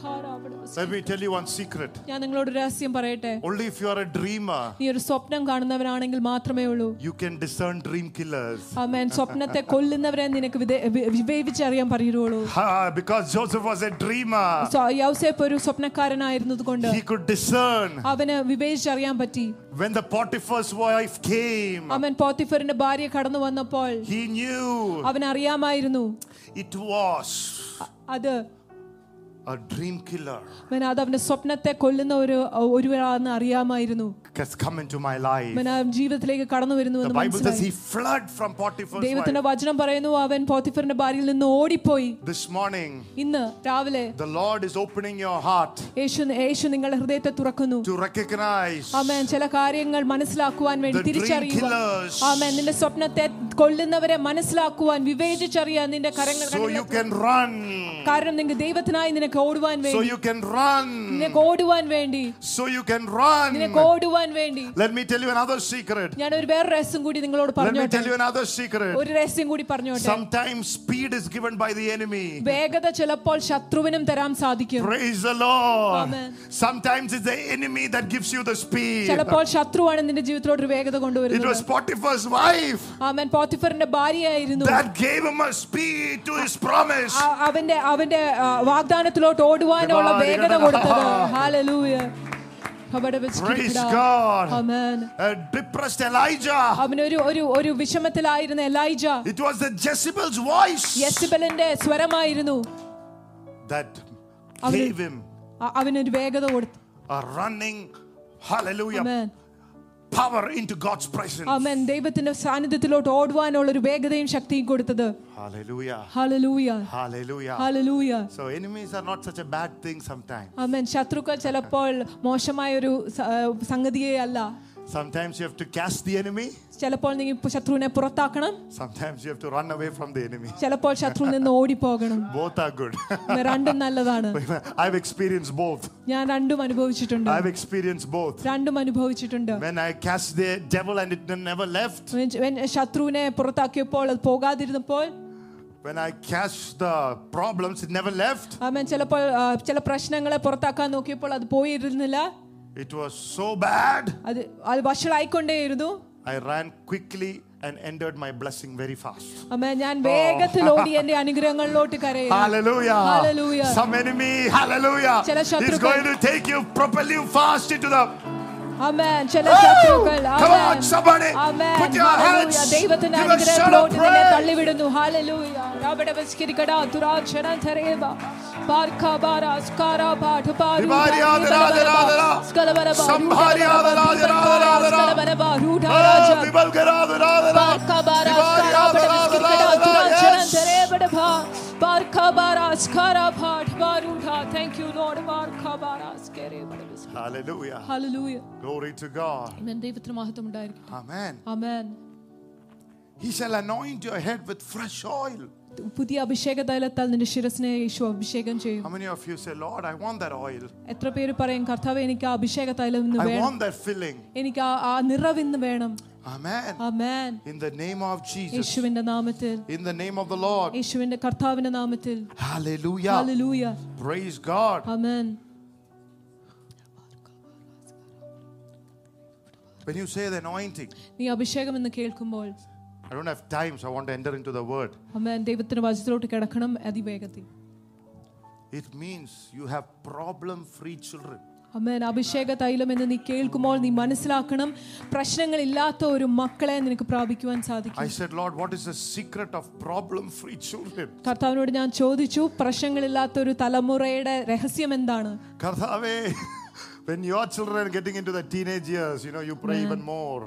B: ഖാരാബട, വിസ്കിരിക്കട.
A: let me tell you one secret
B: ഞാൻ നിങ്ങളോട് ഒരു രഹസ്യം പറയട്ടെ
A: only if you are a dreamer
B: നീ ഒരു സ്വപ്നം കാണുന്നവനാണെങ്കിൽ മാത്രമേ ഉള്ളൂ
A: you can discern dream killers
B: ആമേൻ സ്വപ്നത്തെ കൊല്ലുന്നവരെ നിനക്ക് വിധേ- വി- വിവേചിച്ചറിയാൻ പറയുള്ളൂ
A: Ah, because Joseph was a dreamer,
B: സോ- യൗസേപ്പ് ഒരു സ്വപ്നക്കാരനായിരുന്നത് കൊണ്ട്
A: he could discern
B: അവന് വിവേചിച്ചറിയാൻ പറ്റി
A: when the Potiphar's wife came.
B: അവൻ പോത്തിഫറിന്റെ ഭാര്യ കടന്നു വന്നപ്പോൾ
A: He knew
B: അവൻ അറിയാമായിരുന്നു
A: it was
B: അ- അത്
A: a dream killer
B: അവൻ അത് അവന്റെ സ്വപ്നത്തെ കൊല്ലുന്ന ഒരു ഒരുവനാണെന്ന് അറിയാമായിരുന്നു
A: has come into my life.
B: അവൻ ആ ജീവിതത്തിലേക്ക് കടന്നു വരുന്നു
A: The
B: എന്ന്
A: Bible says
B: മനസ്സിലായി
A: he fled from Potiphar's
B: ദൈവത്തിന്റെ
A: wife.
B: വചനം പറയുന്നു അവൻ പോത്തിഫറിന്റെ ഭാര്യയിൽ നിന്ന് ഓടിപ്പോയി
A: This morning,
B: ഇന്ന് രാവിലെ
A: the Lord is opening your heart
B: യേശു യേശു നിങ്ങളുടെ ഹൃദയത്തെ തുറക്കുന്നു
A: to recognize
B: ആമേൻ ചില കാര്യങ്ങൾ മനസ്സിലാക്കുവാൻ വേണ്ടി
A: The dream
B: തിരിച്ചറിയുക
A: killers.
B: ആമേൻ നിന്റെ സ്വപ്നത്തെ കൊല്ലുന്നവരെ മനസ്സിലാക്കുവാൻ വിവേചിച്ചറിയാൻ നിന്റെ കരങ്ങൾ
A: so you
B: കടന്നു
A: can run,
B: കാരണം നിങ്ങൾക്ക് ദൈവത്തിനായി നിനക്ക് ഓടുവാൻ
A: so
B: വേണ്ടി
A: you can run,
B: നിനക്ക് ഓടുവാൻ വേണ്ടി
A: so you can
B: നിനക്ക്
A: run.
B: ഓടുവാൻ വേണ്ടി
A: Let me tell you another secret.
B: ഞാൻ ഒരു വേറെ രഹസ്യം കൂടി നിങ്ങളോട്
A: Let me tell
B: പറഞ്ഞോട്ടെ
A: you another secret.
B: ഒരു രഹസ്യം കൂടി പറഞ്ഞോട്ടെ
A: Sometimes speed is given by the enemy.
B: വേഗത ചിലപ്പോൾ ശത്രുവിനും തരാൻ സാധിക്കും
A: Praise the Lord.
B: Amen.
A: Sometimes it's the enemy that gives you the speed.
B: ചിലപ്പോൾ ശത്രുവാണ് നിന്റെ ജീവിതത്തിലോട്ട് ഒരു വേഗത
A: It was
B: കൊണ്ടുവരുന്നത്
A: Potiphar's wife
B: amen പോത്തിഫറിന്റെ ഭാര്യയായിരുന്നു
A: that gave him a speed to his promise.
B: ആ- അവന്റെ അവന്റെ ആ, വാഗ്ദാനത്തിലോട്ട് ഓടുവാനുള്ള വേഗത കൊടുത്തത് ഹാലലൂയ അവിടെ വെച്ച്
A: Praise
B: കിടക്കുക.
A: God.
B: Amen.
A: A depressed Elijah.
B: അവനൊരു ഒരു ഒരു വിഷമത്തിലായിരുന്ന Elijah
A: It was the Jezebel's voice
B: യെസിബലിന്റെ സ്വരമായിരുന്നു
A: that
B: അവന്-
A: gave him
B: അ- അവനൊരു വേഗത കൊടുത്തു
A: a running, hallelujah,
B: amen
A: power into God's presence.
B: അമേൻ ദൈവത്തിന്റെ സാന്നിധ്യത്തിലോട്ട് ഓടുവാനുള്ള ഒരു വേഗതയും ശക്തിയും കൊടുത്തത്
A: Hallelujah.
B: Hallelujah
A: Hallelujah.
B: ഹാലലൂയ
A: So enemies are not such a bad thing sometimes.
B: അമേൻ ശത്രുക്കൾ ചിലപ്പോൾ മോശമായൊരു സ- ആ, സംഗതിയേ അല്ല
A: Sometimes you have to cast the enemy.
B: ചിലപ്പോൾ നീ ശത്രുവിനെ പുറത്താക്കണം
A: Sometimes you have to run away from the enemy.
B: ചിലപ്പോൾ ശത്രുവിൽ നിന്ന് ഓടിപ്പോകണം
A: Both are good.
B: ഇത് രണ്ടും നല്ലതാണ്
A: I've experienced both.
B: ഞാൻ രണ്ടും അനുഭവിച്ചിട്ടുണ്ട്
A: I've experienced both.
B: രണ്ടും അനുഭവിച്ചിട്ടുണ്ട്
A: When I cast the devil and it never left.
B: When- when ശത്രുവിനെ പുറത്താക്കിയപ്പോൾ അത് പോകാതിരുന്നപ്പോൾ
A: When I cast the problems, it never left.
B: ആമേൻ ചിലപ്പോൾ ആ, ചില പ്രശ്നങ്ങളെ പുറത്താക്കാൻ നോക്കിയപ്പോൾ അത് പോയിരുന്നില്ല
A: It was so bad.
B: അത് അത് വഷളായിക്കൊണ്ടേയിരുന്നു
A: I ran quickly and entered my blessing very fast.
B: അമ്മ ഞാൻ വേഗത്തിൽ ഓടി എന്റെ അനുഗ്രഹങ്ങളിലോട്ട് കരയുന്നു
A: Hallelujah.
B: Hallelujah.
A: Some enemy, hallelujah.
B: ചില
A: He's
B: ശത്രുക്കൾ-
A: going to take you, propel you fast into the
B: അമ്മേൻ ചില
A: Woo!
B: ശത്രുക്കൾ
A: Come on, somebody.
B: Amen.
A: Put your
B: Hallelujah.
A: hands.
B: ദൈവത്തിന്റെ
A: Give a shout of
B: അനുഗ്രഹത്തിലോട്ട് നിന്നെ
A: praise.
B: തള്ളിവിടുന്നു hallelujah Barkabara, Skaraba, Tabaru,
A: Ribariada, rada, rada, rada.
B: Skalabaraba,
A: Sambhariada, rada, rada, rada, rada.
B: Skalabaraba,
A: Ah,
B: Rudaraja,
A: Vibal Garada, Rada, Rada.
B: Barkabara,
A: Vibal
B: Skaraba,
A: Garada, Rada,
B: Skirkada,
A: Rada, Rada.
B: Duracharan,
A: Yes.
B: Terebadaba, Barkabara, Skaraba, Tabaruta. Thank you, Lord. Barkabara, Skerebadaba.
A: Hallelujah.
B: Hallelujah.
A: Glory to God.
B: Amen. ദൈവത്തിന് മഹത്വം ഉണ്ടായിരിക്കട്ടെ
A: Amen.
B: Amen
A: He shall anoint your head with fresh oil.
B: പുതിയ അഭിഷേക തൈലത്താൽ നിന്റെ ശിരസിനെ യേശു അഭിഷേകം ചെയ്യും
A: How many of you say, Lord, I want that oil?
B: എത്ര പേര് പറയും കർത്താവ് എനിക്ക് ആ അഭിഷേക തൈലം ഇന്ന്
A: I
B: വേണം
A: want that filling.
B: എനിക്ക് ആ- ആ നിറവ് ഇന്ന് വേണം
A: Amen.
B: Amen
A: In the name of Jesus.
B: യേശുവിന്റെ നാമത്തിൽ
A: In the name of the Lord.
B: യേശുവിന്റെ കർത്താവിന്റെ നാമത്തിൽ
A: Hallelujah.
B: ഹല്ലേലൂയ
A: Praise God.
B: ആമേൻ
A: When you say the anointing,
B: നീ അഭിഷേകം എന്ന് കേൾക്കുമ്പോൾ
A: I don't have time, so I want to enter into the word.
B: ആമേൻ ദൈവത്തിന്റെ വചനത്തിലോട്ട് കിടക്കണം അതിവേഗത്തിൽ
A: It means you have problem free children.
B: അമ്മേൻ അഭിഷേക തൈലം എന്ന് നീ കേൾക്കുമ്പോൾ നീ മനസ്സിലാക്കണം പ്രശ്നങ്ങളില്ലാത്ത ഒരു മക്കളെ നിനക്ക് പ്രാപിക്കുവാൻ സാധിക്കും
A: I said, Lord, what is the secret of problem free children?
B: കർത്താവിനോട് ഞാൻ ചോദിച്ചു പ്രശ്നങ്ങളില്ലാത്ത ഒരു തലമുറയുടെ രഹസ്യം എന്താണ്
A: Karthave, when your children are getting into the teenage years, you know, you pray even more.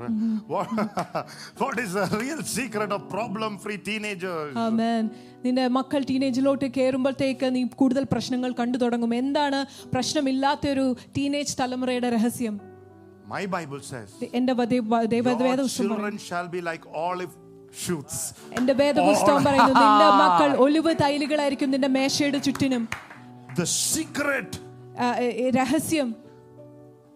A: What, what is the real secret of problem free teenagers?
B: ആമേൻ നിന്റെ മക്കൾ ടീനേജിലോട്ട് കയറുമ്പോഴത്തേക്ക് നീ കൂടുതൽ പ്രശ്നങ്ങൾ കണ്ടു തുടങ്ങും എന്താണ് പ്രശ്നമില്ലാത്ത ഒരു ടീനേജ് തലമുറയുടെ രഹസ്യം
A: My Bible says,
B: ദേ- എന്റെ വ- ദേ- വ- ദേ- വ-
A: Your
B: വേദപുസ്തകം പറയും.
A: children shall be like olive shoots.
B: എന്റെ വേദപുസ്തകം പറയുന്നു
A: Oh.
B: നിന്റെ മക്കൾ ഒലിവ് തൈലുകളായിരിക്കും നിന്റെ മേശയുടെ ചുറ്റിനും
A: The secret
B: ആ, ഏ- ഏ, രഹസ്യം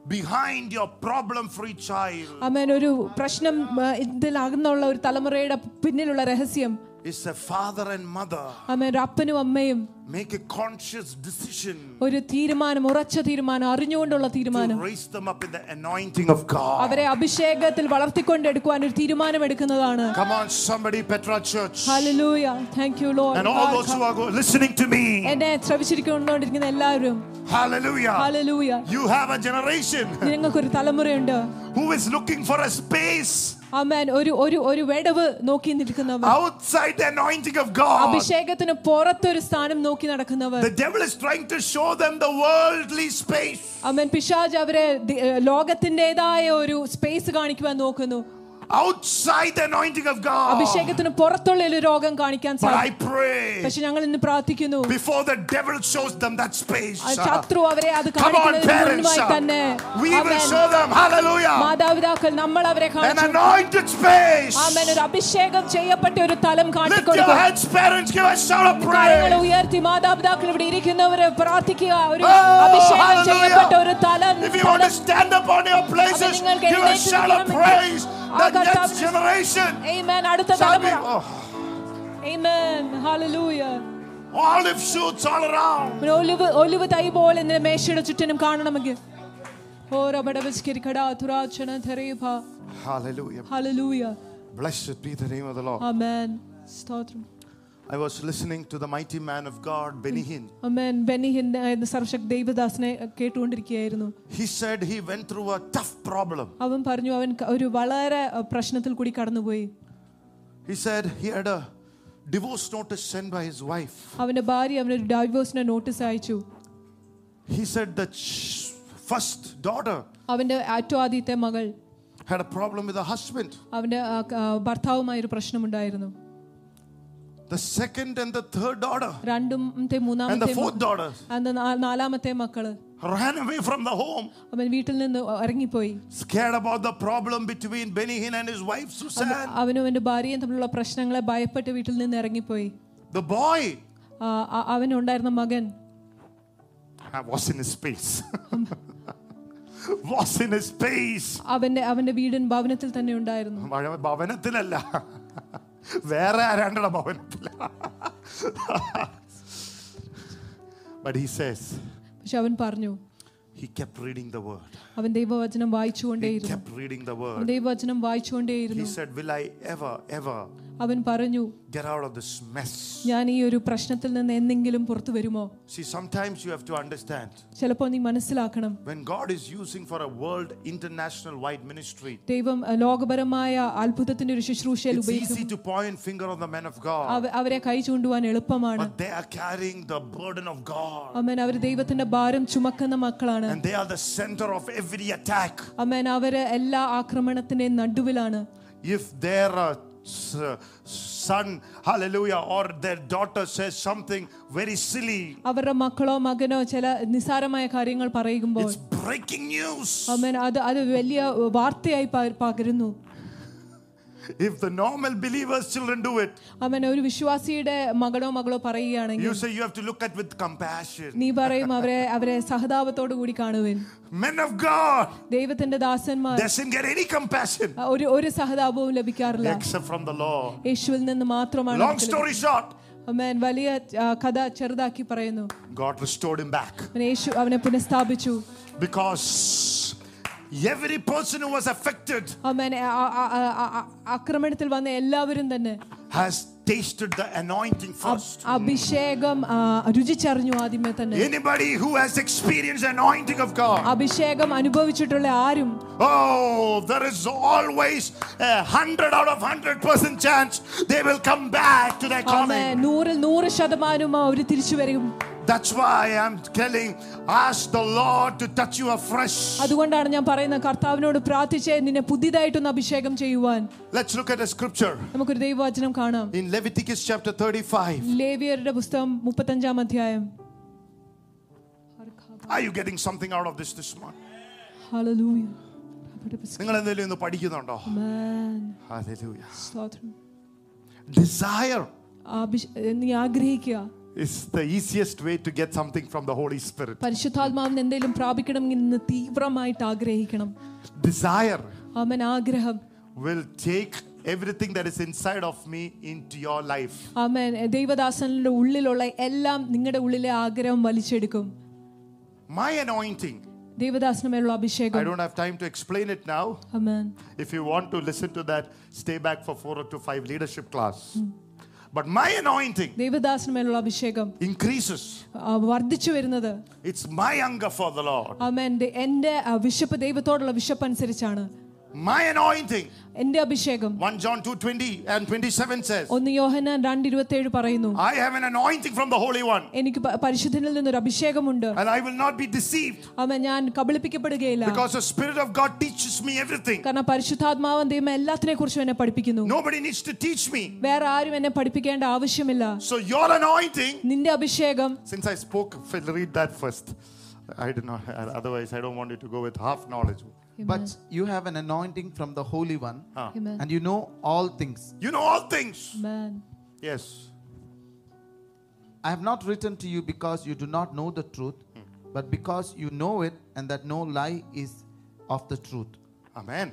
A: behind your problem free child
B: അമേൻ ഒരു പ്രശ്നം ആ, ഇതിലകന്നുള്ള ഒരു തലമുറയുടെ പിന്നിലുള്ള രഹസ്യം
A: is a father and mother.
B: അമേൻ ഒരു അപ്പനും അമ്മയും
A: Make a conscious decision
B: ഒരു തീരുമാനം ഉറച്ച തീരുമാനം അറിഞ്ഞുകൊണ്ടുള്ള
A: to
B: തീരുമാനം
A: raise them up in the anointing of God.
B: അവരെ അഭിഷേകത്തിൽ വളർത്തിക്കൊണ്ടെടുക്കുവാൻ ഒരു തീരുമാനം എടുക്കുന്നതാണ്
A: Come on, somebody, Petra Church.
B: Hallelujah thank you
A: And all those who
B: Lord
A: are go- listening to me.
B: എന്നെ ശ്രവിച്ചിരിക്കൊണ്ടിരിക്കുന്ന എല്ലാവരും
A: Hallelujah.
B: ഹല്ലേലൂയ
A: You have a generation
B: നിങ്ങൾക്കൊരു തലമുറയുണ്ട്
A: who is looking for a space
B: ആമേൻ ഒരു ഒരു ഒരു വെടവ് നോക്കി
A: Ah.
B: നിൽക്കുന്നവർ
A: outside the anointing of God.
B: അഭിഷേകത്തിന് പുറത്തൊരു സ്ഥാനം നോക്കി നടക്കുന്നവർ
A: The devil is trying to show them the worldly space.
B: അമേൻ പിശാജ് അവരെ ദി- ഏ, ലോകത്തിന്റേതായ ഒരു സ്പേസ് കാണിക്കുവാൻ നോക്കുന്നു
A: Ah. outside the anointing of God.
B: അഭിഷേകത്തിന് പുറത്തുള്ള ഒരു രോഗം കാണിക്കാൻ
A: But I
B: സാധിക്കും
A: pray
B: പക്ഷെ ഞങ്ങൾ ഇന്ന് പ്രാർത്ഥിക്കുന്നു
A: before the devil shows them that space.
B: ആ ശത്രു അവരെ അത്
A: Come on,
B: കാണിക്കുന്നതിന്
A: parents.
B: മുൻപായി തന്നെ
A: We will
B: amen.
A: show them, hallelujah,
B: മാതാപിതാക്കൾ നമ്മൾ അവരെ
A: an
B: കാണിച്ചു
A: anointed space.
B: ആമേൻ ഒരു അഭിഷേകം ചെയ്യപ്പെട്ട ഒരു തലം
A: Lift your
B: കാട്ടിക്കൊടുക്കുക
A: hands, parents, give a shout of
B: കാര്യങ്ങൾ
A: praise.
B: ഉയർത്തി മാതാപിതാക്കൾ ഇവിടെ ഇരിക്കുന്നവരെ പ്രാർത്ഥിക്കുക ഒരു
A: Oh,
B: അഭിഷേകം
A: hallelujah.
B: ചെയ്യപ്പെട്ട ഒരു തലം
A: If you want to stand up on your places,
B: നിങ്ങൾ
A: give a
B: എഴുന്നേറ്റ്
A: shout of
B: നിൽക്കണമെങ്കിൽ
A: praise. The
B: ആ കർത്താവ്-
A: next generation
B: ആമേൻ അടുത്ത
A: shall be
B: തലമുറ
A: oh,
B: amen hallelujah
A: olive shoots all around.
B: ഒരു ഒലിവ് ഒലിവ് തൈ പോലെ നിന്റെ മേശയുടെ ചുറ്റിനും കാണണമെങ്കിൽ
A: Hallelujah. Blessed be the name of the Lord.
B: അമേൻ സ്തോത്രം
A: I was listening to the mighty man of God, Benny Hinn.
B: അമേൻ ബെന്നി ഹിന്ന എന്ന സർവശക് ദൈവദാസിനെ കേട്ടുകൊണ്ടിരിക്കുകയായിരുന്നു
A: He said he went through a tough problem.
B: അവൻ പറഞ്ഞു അവൻ ക- ഒരു വളരെ അഹ്, പ്രശ്നത്തിൽ കൂടി കടന്നുപോയി
A: He said he had a divorce notice sent by his wife.
B: അവന്റെ ഭാര്യ അവനൊരു ഡൈവോഴ്സിന് നോട്ടീസ് അയച്ചു
A: He said the ch- first daughter
B: അവന്റെ ഏറ്റവും ആദ്യത്തെ മകൾ
A: had a problem with her husband.
B: അവന്റെ ആ, ആ, ഭർത്താവുമായി ഒരു പ്രശ്നമുണ്ടായിരുന്നു
A: The second and the third daughter
B: രണ്ടുമത്തെ
A: and the
B: മൂന്നാമത്തെ
A: fourth daughter
B: അന്ന് നാ- നാലാമത്തെ മക്കള്
A: ran away from the home,
B: അവൻ വീട്ടിൽ നിന്ന് ഇറങ്ങിപ്പോയി
A: scared about the problem between Benny Hinn and his wife Susan.
B: അവനും അവന്റെ ഭാര്യയും തമ്മിലുള്ള പ്രശ്നങ്ങളെ ഭയപ്പെട്ട് വീട്ടിൽ നിന്ന് ഇറങ്ങിപ്പോയി
A: The boy
B: ആ, ആ- അവനുണ്ടായിരുന്ന മകൻ
A: ah, was in his space. was in his space.
B: അവന്റെ അവന്റെ വീടൻ ഭവനത്തിൽ തന്നെ ഉണ്ടായിരുന്നു
A: മഴ- ഭവനത്തിലല്ല വേറെ ആരാണ്ടട ഭവനത്തില But he says,
B: പക്ഷെ അവൻ പറഞ്ഞു
A: he kept reading the word.
B: അവൻ ദൈവവചനം
A: He
B: വായിച്ചുകൊണ്ടേയിരുന്നു
A: kept reading the word.
B: അവൻ ദൈവവചനം വായിച്ചുകൊണ്ടേയിരുന്നു
A: He said, Will I ever, ever
B: അവൻ പറഞ്ഞു
A: Get out of this mess.
B: ഞാൻ ഈ ഒരു പ്രശ്നത്തിൽ നിന്ന് എന്തെങ്കിലും പുറത്തു വരുമോ
A: See, sometimes you have to understand
B: ചിലപ്പോൾ നീ മനസ്സിലാക്കണം
A: when God is using for a world international wide ministry,
B: ദൈവം അഹ്, ലോകപരമായ അത്ഭുതത്തിന്റെ ഒരു ശുശ്രൂഷയിൽ
A: it's
B: ഉപയോഗിക്കും
A: easy to point finger on the men of God,
B: അവ- അവരെ കൈ ചൂണ്ടുവാൻ എളുപ്പമാണ്
A: but they are carrying the burden of God,
B: അമ്മൻ അവർ ദൈവത്തിന്റെ ഭാരം ചുമക്കുന്ന മക്കളാണ്
A: and they are the center of every attack.
B: അമ്മൻ അവര് എല്ലാ ആക്രമണത്തിന്റെയും നടുവിലാണ്
A: If their uh, s- uh, son, hallelujah, or their daughter says something very silly,
B: അവരുടെ മക്കളോ മകനോ ചില നിസ്സാരമായ കാര്യങ്ങൾ പറയുമ്പോൾ
A: it's breaking news.
B: അമ്മൻ അത് അത് വലിയ വാർത്തയായി പ- പകരുന്നു
A: If the normal believers' children do it,
B: അമ്മൻ ഒരു വിശ്വാസിയുടെ മകനോ മകളോ പറയുകയാണെങ്കിൽ
A: you say you have to look at with compassion.
B: നീ പറയും അവരെ അവരെ സഹതാപത്തോടു കൂടി കാണുവിൻ
A: Men of God
B: ദൈവത്തിന്റെ ദാസന്മാർ
A: doesn't get any compassion
B: അഹ്, ഒരു ഒരു സഹതാപവും ലഭിക്കാറില്ല
A: except from the Lord.
B: യേശുവിൽ നിന്ന് മാത്രമാണ്
A: Long
B: അവർക്ക് ലഭിക്കുന്നത്.
A: story short,
B: അമ്മേൻ വലിയ ആ, കഥ ചെറുതാക്കി പറയുന്നു
A: God restored him back
B: അവൻ യേശു അവനെ പുനഃസ്ഥാപിച്ചു
A: because every person who was affected
B: അമ്മേൻ ആ- ആ- ആ- ആ- ആ- ആക്രമണത്തിൽ വന്ന എല്ലാവരും തന്നെ
A: has tasted the anointing first.
B: അഭിഷേകം ആ, രുചിച്ചറിഞ്ഞു ആദ്യമേ തന്നെ
A: Anybody who has experienced anointing of God,
B: അഭിഷേകം അനുഭവിച്ചിട്ടുള്ള ആരും
A: oh, there is always a hundred out of hundred percent chance they will come back to their
B: അമ്മേൻ
A: calling.
B: നൂറിൽ നൂറ് ശതമാനം അവർ തിരിച്ചു വരും
A: That's why I'm telling, ask the Lord to touch you afresh.
B: അതുകൊണ്ടാണ് ഞാൻ പറയുന്നത് കർത്താവിനോട് പ്രാർത്ഥിച്ച് നിന്നെ പുതിയതായിട്ടൊന്ന് അഭിഷേകം ചെയ്യുവാൻ
A: Let's look at a scripture
B: നമുക്കൊരു ദൈവവചനം കാണാം
A: in Leviticus chapter 35.
B: ലേവിയരുടെ പുസ്തകം മുപ്പത്തഞ്ചാം അധ്യായം
A: Are you getting something out of this this morning?
B: ഹല്ലേലൂയ
A: നിങ്ങൾ എന്തെങ്കിലും ഇന്ന് പഠിക്കുന്നുണ്ടോ
B: ആമേൻ
A: Hallelujah.
B: സ്തോത്രം
A: Desire
B: ആഭിഷ്- നീ ആഗ്രഹിക്കുക
A: is the easiest way to get something from the Holy Spirit.
B: പരിശുദ്ധാത്മാവിന് എന്തെങ്കിലും പ്രാപിക്കണമെങ്കിൽ നിന്ന് തീവ്രമായിട്ട് ആഗ്രഹിക്കണം
A: Desire
B: അവൻ ആഗ്രഹം
A: will take everything that is inside of me into your life.
B: അവൻ ദൈവദാസനിലെ ഉള്ളിലുള്ള എല്ലാം നിങ്ങളുടെ ഉള്ളിലെ ആഗ്രഹം വലിച്ചെടുക്കും
A: My anointing,
B: ദൈവദാസനമേലുള്ള
A: I
B: അഭിഷേകം
A: don't have time to explain it now.
B: Amen
A: If you want to listen to that, stay back for four to five leadership class. But my anointing
B: ദൈവദാസനമേലുള്ള അഭിഷേകം
A: increases.
B: ആ, വർദ്ധിച്ചു വരുന്നത്
A: It's my hunger for the Lord.
B: അവൻ എൻ്റെ ആ, വിശപ്പ് ദൈവത്തോടുള്ള വിശപ്പ് അനുസരിച്ചാണ്
A: My anointing.
B: എൻ്റെ അഭിഷേകം
A: 1 John 2 20 and 27 says,
B: ഒന്ന് യോഹന രണ്ട് ഇരുപത്തേഴ് പറയുന്നു
A: I have an anointing from the Holy One.
B: എനിക്ക് പ- പരിശുദ്ധനിൽ നിന്നൊരു അഭിഷേകമുണ്ട്
A: and I will not be deceived
B: അവൻ ഞാൻ കബളിപ്പിക്കപ്പെടുകയില്ല
A: because the Spirit of God teaches me everything.
B: കാരണം പരിശുദ്ധാത്മാവൻ ദൈവം എല്ലാത്തിനെ കുറിച്ചും എന്നെ പഠിപ്പിക്കുന്നു
A: Nobody needs to teach me.
B: വേറെ ആരും എന്നെ പഠിപ്പിക്കേണ്ട ആവശ്യമില്ല
A: So, your anointing,
B: നിന്റെ അഭിഷേകം
A: since I spoke, Phil, read that first. I don't know, otherwise, I don't want you to go with half knowledge.
C: But you have an anointing from the Holy One,
A: Ah.
B: Amen.
C: and you know all things.
A: You know all things.
B: Amen.
A: Yes.
C: I have not written to you because you do not know the truth, but because you know it, and that no lie is of the truth.
A: Amen.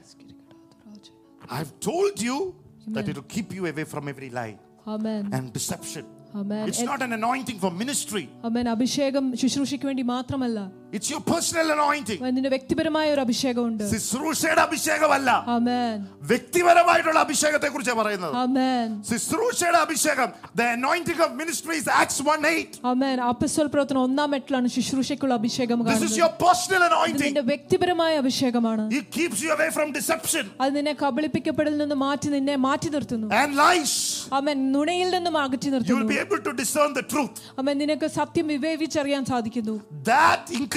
A: I've told you that it will keep you away from every lie
B: Amen.
A: and deception.
B: Amen.
A: It's not an anointing for ministry,
B: Amen. അഭിഷേകം ശുശ്രൂഷയ്ക്ക് വേണ്ടി മാത്രമല്ല
A: it's your personal anointing.
B: നിന്റെ വ്യക്തിപരമായ ഒരു അഭിഷേകമുണ്ട്
A: ശുശ്രൂഷയുടെ അഭിഷേകമല്ല
B: അമേൻ
A: വ്യക്തിപരമായിട്ടുള്ള അഭിഷേകത്തെ കുറിച്ച് പറയുന്നത്
B: അമേൻ
A: ശുശ്രൂഷയുടെ അഭിഷേകം the anointing of ministry is acts 1 8
B: അമേൻ അപ്പസ്വൽ പ്രവർത്തനം ഒന്നാം എട്ടിലാണ് ശുശ്രൂഷയ്ക്കുള്ള അഭിഷേകം
A: this is
B: കാണുന്നത്
A: your personal
B: ഇത്
A: anointing
B: നിന്റെ വ്യക്തിപരമായ അഭിഷേകമാണ്
A: it keeps you away from deception
B: അത് നിന്നെ കബളിപ്പിക്കപ്പെടൽ നിന്ന് മാറ്റി നിന്നെ മാറ്റി നിർത്തുന്നു
A: and lies
B: അമേൻ നുണയിൽ നിന്നും
A: you
B: അകറ്റി
A: will
B: നിർത്തുന്നു
A: be able to discern the truth
B: അമേൻ നിനക്ക് സത്യം വിവേചിച്ചറിയാൻ സാധിക്കുന്നു
A: that increases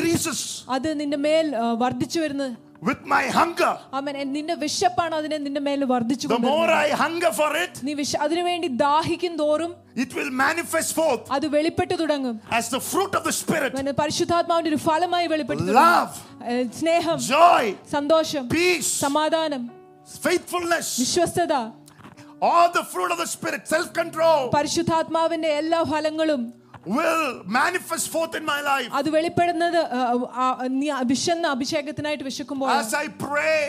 B: അത് നിന്റെ മേൽ ആ, വർദ്ധിച്ചു വരുന്നത്
A: with my hunger
B: അമേൻ എ- നിന്റെ വിശപ്പാണ് അതിനെ നിന്റെ മേൽ വർദ്ധിച്ചു
A: the more
B: കൊണ്ടുവരുന്നത്.
A: i hunger for it
B: നീ വിശ അതിനുവേണ്ടി ദാഹിക്കും തോറും
A: it will manifest forth
B: അത് വെളിപ്പെട്ടു തുടങ്ങും
A: as the fruit of the spirit
B: അവന് പരിശുദ്ധാത്മാവിന്റെ ഒരു ഫലമായി വെളിപ്പെട്ടു
A: Love.
B: തുടങ്ങും. ഏ, സ്നേഹം
A: joy
B: സന്തോഷം
A: peace
B: സമാധാനം
A: faithfulness
B: വിശ്വസ്തത
A: all the fruit of the spirit self control
B: പരിശുദ്ധാത്മാവിന്റെ എല്ലാ ഫലങ്ങളും
A: will manifest forth in my life
B: അത് വെളിപ്പെടുന്നത് ആ, ആ, നീ വിശന്ന് അഭിഷേകത്തിനായിട്ട് വിശക്കുമ്പോൾ
A: as i pray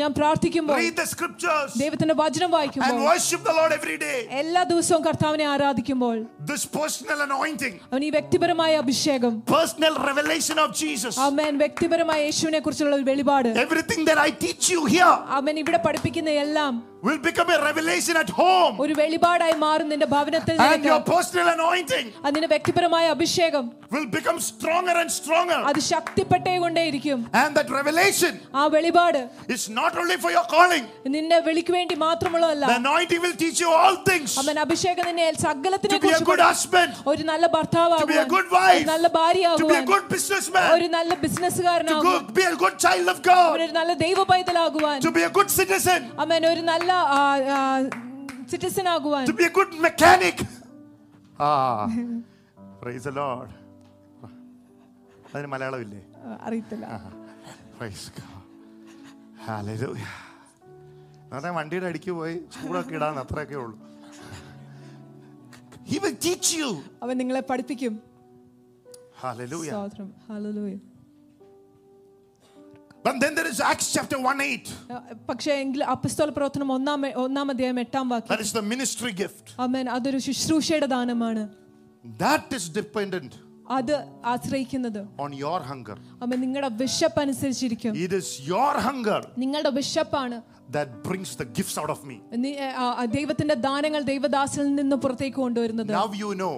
B: ഞാൻ പ്രാർത്ഥിക്കുമ്പോൾ
A: read the scriptures
B: ദൈവത്തിന്റെ വചനം
A: and
B: വായിക്കുമ്പോൾ
A: worship the Lord every day.
B: എല്ലാ ദിവസവും കർത്താവിനെ ആരാധിക്കുമ്പോൾ
A: This personal anointing,
B: അവൻ ഈ വ്യക്തിപരമായ അഭിഷേകം
A: personal revelation of Jesus.
B: അവൻ വ്യക്തിപരമായ യേശുവിനെ കുറിച്ചുള്ള ഒരു വെളിപാട്
A: Everything that I teach you here
B: അവൻ ഇവിടെ പഠിപ്പിക്കുന്ന എല്ലാം
A: will become a revelation at home
B: ഒരു വെളിപാടായി മാറും നിന്റെ ഭവനത്തിൽ
A: and
B: നിനക്ക്.
A: your personal anointing
B: അത് നിന്റെ വ്യക്തിപരമായ അഭിഷേകം
A: will become stronger and stronger.
B: അത് ശക്തിപ്പെട്ടേ കൊണ്ടേയിരിക്കും
A: And that revelation
B: ആ വെളിപാട്
A: is not only for your calling,
B: നിന്റെ വിളിക്ക് വേണ്ടി മാത്രമുള്ളതല്ല
A: the anointing will teach you all things
B: അവൻ അഭിഷേകം നിന്നെ സകലത്തിനെ
A: to be a good husband,
B: ഒരു നല്ല
A: to be a
B: ഭർത്താവാകുവാൻ
A: good wife,
B: ഒരു നല്ല
A: to be a
B: ഭാര്യയാകുവാൻ
A: good businessman,
B: ഒരു നല്ല
A: to
B: ബിസിനസ്സുകാരനാകുവാൻ
A: go- be a good child of
B: അവൻ
A: God,
B: ഒരു നല്ല ദൈവ പൈതലാകുവാൻ
A: to be a good citizen,
B: അവൻ ഒരു നല്ല സിറ്റിസൺ ആകുവാൻ
A: to be a good mechanic. Ah, praise the Lord. അതിന് മലയാളമില്ലേ
B: ആ, അറിയത്തില്ല
A: പ്രൈസ് ഹല്ലേലൂയ അതെ വണ്ടിയുടെ അടിക്ക് പോയി സ്കൂളൊക്കെ ഇടാൻ അത്രയൊക്കെ ഉള്ളൂ ഹി വിൽ ടീച്ച് യു
B: അവൻ നിങ്ങളെ പഠിപ്പിക്കും
A: ഹല്ലേലൂയ
B: സ്തോത്രം hallelujah
A: but then there is Acts chapter 18
B: പക്ഷേ എങ്കിൽ അപ്പസ്തോല പ്രവർത്തനം ഒന്നാം ഒന്നാം അധ്യായം എട്ടാം വാക്യം
A: that is the ministry gift
B: അവൻ അതൊരു ശുശ്രൂഷയുടെ ദാനമാണ്
A: that is dependent
B: അത് ആശ്രയിക്കുന്നത്
A: on your hunger
B: അവൻ നിങ്ങളുടെ വിശപ്പ് അനുസരിച്ചിരിക്കും
A: it is your hunger
B: നിങ്ങളുടെ വിശപ്പാണ്
A: that brings the gifts out of me
B: നി- ആ, ആ, ദൈവത്തിന്റെ ദാനങ്ങൾ ദൈവദാസിൽ നിന്ന് പുറത്തേക്ക് കൊണ്ടുവരുന്നത്
A: now you know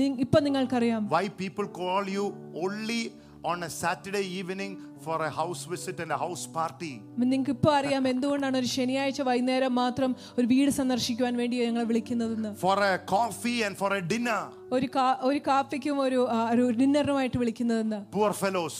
B: നി- ഇപ്പൊ നിങ്ങൾക്കറിയാം
A: why people call you only on a saturday evening for a house visit and a house party
B: നിങ്ങൾക്ക് ഇപ്പൊ അറിയാം എന്തുകൊണ്ടാണ് ഒരു ശനിയാഴ്ച വൈകുന്നേരം മാത്രം ഒരു വീട് സന്ദർശിക്കുവാൻ വേണ്ടി ഞങ്ങളെ വിളിക്കുന്നതെന്ന്
A: for a coffee and for a dinner
B: ഒരു കാ- ഒരു കാപ്പിക്കും ഒരു ആ, ഒരു ഡിന്നറിനുമായിട്ട് വിളിക്കുന്നതെന്ന്
A: poor fellows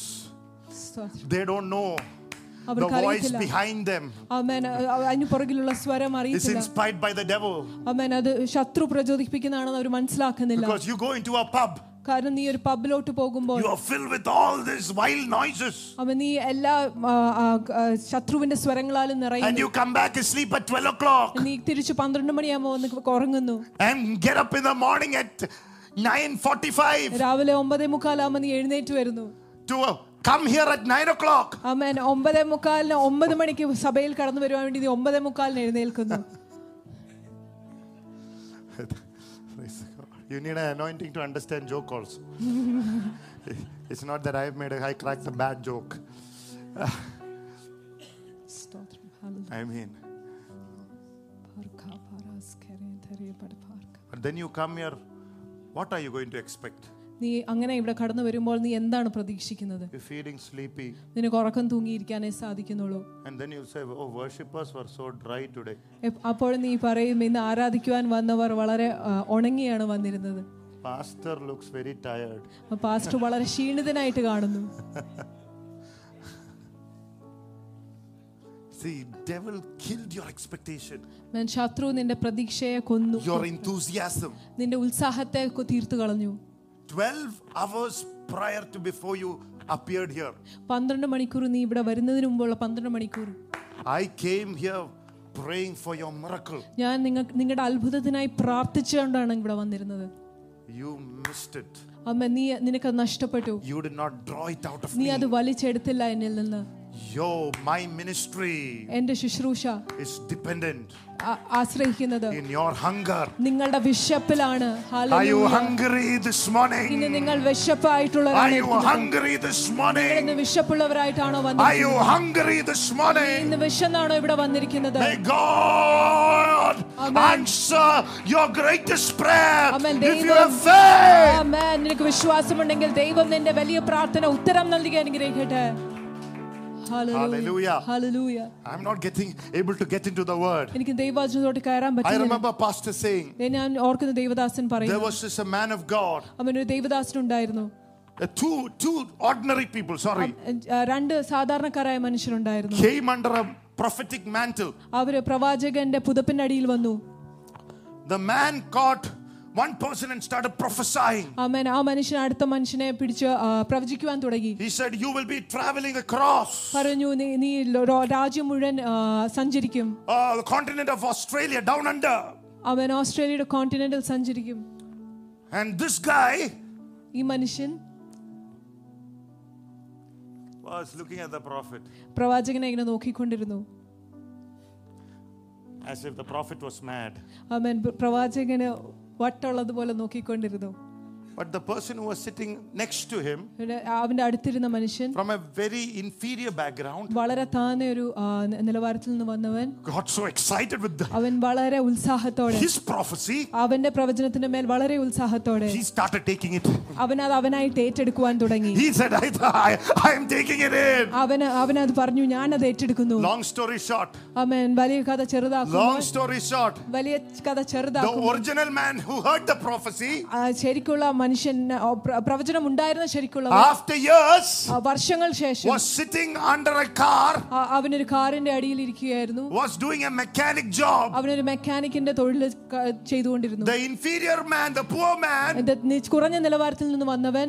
B: സ്തോത്രം.
A: they don't know the
B: അവർക്കറിയത്തില്ല.
A: voice behind them
B: ആമേൻ അ- അ- അതിന് പുറകിലുള്ള സ്വരം
A: is
B: അറിയത്തില്ല
A: inspired by the devil
B: ആമേൻ അത് ശത്രു പ്രചോദിപ്പിക്കുന്നതാണെന്ന് അവർ മനസ്സിലാക്കുന്നില്ല
A: because you go into a pub
B: കാരണം നീ ഒരു പബ്ബിലോട്ട് പോകുമ്പോൾ
A: you are filled with all these wild noises
B: അവൻ നീ എല്ലാ ആ, ആ, ആ, ശത്രുവിന്റെ സ്വരങ്ങളാലും
A: and
B: നിറയുന്നു
A: you come back and sleep at 12 o'clock
B: നീ തിരിച്ച് പന്ത്രണ്ട് മണിയാകുമ്പോൾ വന്ന് ഉറങ്ങുന്നു
A: and get up in the morning at 9.45
B: രാവിലെ ഒമ്പതേ മുക്കാലാകുമ്പോൾ നീ എഴുന്നേറ്റ് വരുന്നു
A: to uh, come here at 9 o'clock
B: അവൻ ഒമ്പതേ മുക്കാലിന് ഒമ്പത് മണിക്ക് സഭയിൽ കടന്നു വരുവാൻ വേണ്ടി നീ ഒമ്പതേ മുക്കാലിന് എഴുന്നേൽക്കുന്നു
A: Praise God. you need an anointing to understand joke also it's not that i've made a i cracked a bad joke
B: സ്തോത്രം. ഹല്ലേലൂയ.
A: i mean
B: പാർക്ക, പാറാസ്കരെ, തെറിയപ്പെട് പാർക്ക.
A: but then you come here what are you going to expect
B: നീ അങ്ങനെ ഇവിടെ കടന്നു വരുമ്പോൾ നീ എന്താണ് പ്രതീക്ഷിക്കുന്നത്
A: You're feeling sleepy.
B: നിനക്ക് ഉറക്കം തൂങ്ങിയിരിക്കാനേ സാധിക്കുന്നുള്ളൂ
A: And then you'll say, Oh, worshippers were so dry today.
B: എപ്- അപ്പോൾ നീ പറയും ഇന്ന് ആരാധിക്കുവാൻ വന്നവർ വളരെ ആ, ഉണങ്ങിയാണ് വന്നിരുന്നത്
A: Pastor looks very tired.
B: Pastor വളരെ ക്ഷീണിതനായിട്ട് കാണുന്നു
A: See, devil killed your expectation,
B: ഞാൻ ശത്രു നിന്റെ പ്രതീക്ഷയെ കൊന്നു
A: your enthusiasm.
B: നിന്റെ ഉത്സാഹത്തെ കൊ- തീർത്തു കളഞ്ഞു
A: 12 hours prior to before you appeared here.
B: പന്ത്രണ്ട് മണിക്കൂർ നീ ഇവിടെ വരുന്നതിന് മുമ്പുള്ള പന്ത്രണ്ട് മണിക്കൂർ
A: I came here praying for your miracle.
B: ഞാൻ നിങ്ങൾ നിങ്ങളുടെ അത്ഭുതത്തിനായി പ്രാർത്ഥിച്ചുകൊണ്ടാണ് ഇവിടെ വന്നിരുന്നത്
A: You missed it.
B: അമ്മ നീ നിനക്ക് അത് നഷ്ടപ്പെട്ടു
A: You did not draw it out of
B: നീ
A: me.
B: അത് വലിച്ചെടുത്തില്ല എന്നിൽ നിന്ന്
A: Yo, my ministry
B: എന്റെ ശുശ്രൂഷ
A: is dependent
B: ആ- ആശ്രയിക്കുന്നത്
A: in your hunger.
B: നിങ്ങളുടെ വിശപ്പിലാണ്
A: Are you
B: hallelujah.
A: hungry this morning?
B: ഇന്ന് നിങ്ങൾ
A: Are you
B: വിശപ്പായിട്ടുള്ളവരാണ്
A: hungry this morning?
B: ഇന്ന് വിശപ്പുള്ളവരായിട്ടാണോ
A: Are
B: വന്നിരിക്കുന്നത്
A: you hungry this morning?
B: ഇന്ന് വിശന്നാണോ ഇവിടെ വന്നിരിക്കുന്നത്
A: May God
B: Amen.
A: answer your greatest prayer.
B: Amen.
A: If you
B: ദൈവം-
A: have faith,
B: ആമേൻ. നിനക്ക് വിശ്വാസമുണ്ടെങ്കിൽ ദൈവം നിന്റെ വലിയ പ്രാർത്ഥന ഉത്തരം നൽകി അനുഗ്രഹിക്കട്ടെ
A: Hallelujah.
B: Hallelujah
A: I'm not getting able to get into the word.
B: എനിക്ക് ദൈവവചനത്തോട്ട് കയറാൻ
A: I
B: പറ്റും
A: remember Pastor saying
B: ഞാൻ ഓർക്കുന്ന ദൈവദാസൻ
A: there
B: പറയും
A: was just a man of God,
B: അവൻ ഒരു ദൈവദാസൻ ഉണ്ടായിരുന്നു
A: uh, two two ordinary people, sorry,
B: ആ, രണ്ട് സാധാരണക്കാരായ മനുഷ്യരുണ്ടായിരുന്നു
A: came under a prophetic mantle.
B: അവര് പ്രവാചകന്റെ പുതപ്പിന്റെ അടിയിൽ വന്നു
A: The man caught one person and started prophesying.
B: അവൻ ആ മനുഷ്യൻ അടുത്ത മനുഷ്യനെ പിടിച്ച് ആ, പ്രവചിക്കുവാൻ തുടങ്ങി
A: He said, "You will be traveling across
B: പറഞ്ഞു നീ നീ ലോ- രാജ്യം മുഴുവൻ ആ, സഞ്ചരിക്കും
A: uh, the continent of Australia, down under."
B: അവൻ ഓസ്ട്രേലിയയുടെ കോണ്ടിനെന്റിൽ സഞ്ചരിക്കും
A: And this guy
B: ഈ മനുഷ്യൻ
A: was looking at the prophet
B: പ്രവാചകനെ ഇങ്ങനെ നോക്കിക്കൊണ്ടിരുന്നു
A: as if the prophet was mad.
B: അവൻ പ്രവാചകന് വട്ടുള്ളതുപോലെ നോക്കിക്കൊണ്ടിരുന്നു
A: But the person who was sitting next to him
B: ഇവിടെ അവന്റെ അടുത്തിരുന്ന മനുഷ്യൻ
A: from a very inferior background
B: വളരെ താന്ന ഒരു ആ, നി- നിലവാരത്തിൽ നിന്ന് വന്നവൻ
A: got so excited with the,
B: അവൻ വളരെ ഉത്സാഹത്തോടെ
A: his prophecy,
B: അവന്റെ പ്രവചനത്തിന്റെ മേൽ വളരെ ഉത്സാഹത്തോടെ
A: he started taking it.
B: അവൻ അത് അവനായിട്ട് ഏറ്റെടുക്കുവാൻ തുടങ്ങി
A: He said, I, I, I am taking it in.
B: അവന് അവനത് പറഞ്ഞു ഞാൻ അത് ഏറ്റെടുക്കുന്നു
A: Long story short,
B: അവൻ വലിയ കഥ ചെറുതാക്കും
A: long story short,
B: വലിയ കഥ
A: the
B: ചെറുതാക്കും
A: original man who heard the prophecy
B: ആ, ശരിക്കുള്ള മനുഷ്യൻ ആ, പ്ര- പ്രവചനം ഉണ്ടായിരുന്ന ശരിക്കുള്ള
A: after years
B: ആ, വർഷങ്ങൾ ശേഷം
A: was sitting under a car,
B: ആ, അവനൊരു കാറിന്റെ അടിയിൽ ഇരിക്കുകയായിരുന്നു
A: was doing a mechanic job.
B: അവനൊരു മെക്കാനിക്കിന്റെ തൊഴിൽ ക- ചെയ്തുകൊണ്ടിരുന്നു
A: The inferior man, the poor man,
B: ഇത് നി- കുറഞ്ഞ നിലവാരത്തിൽ നിന്ന് വന്നവൻ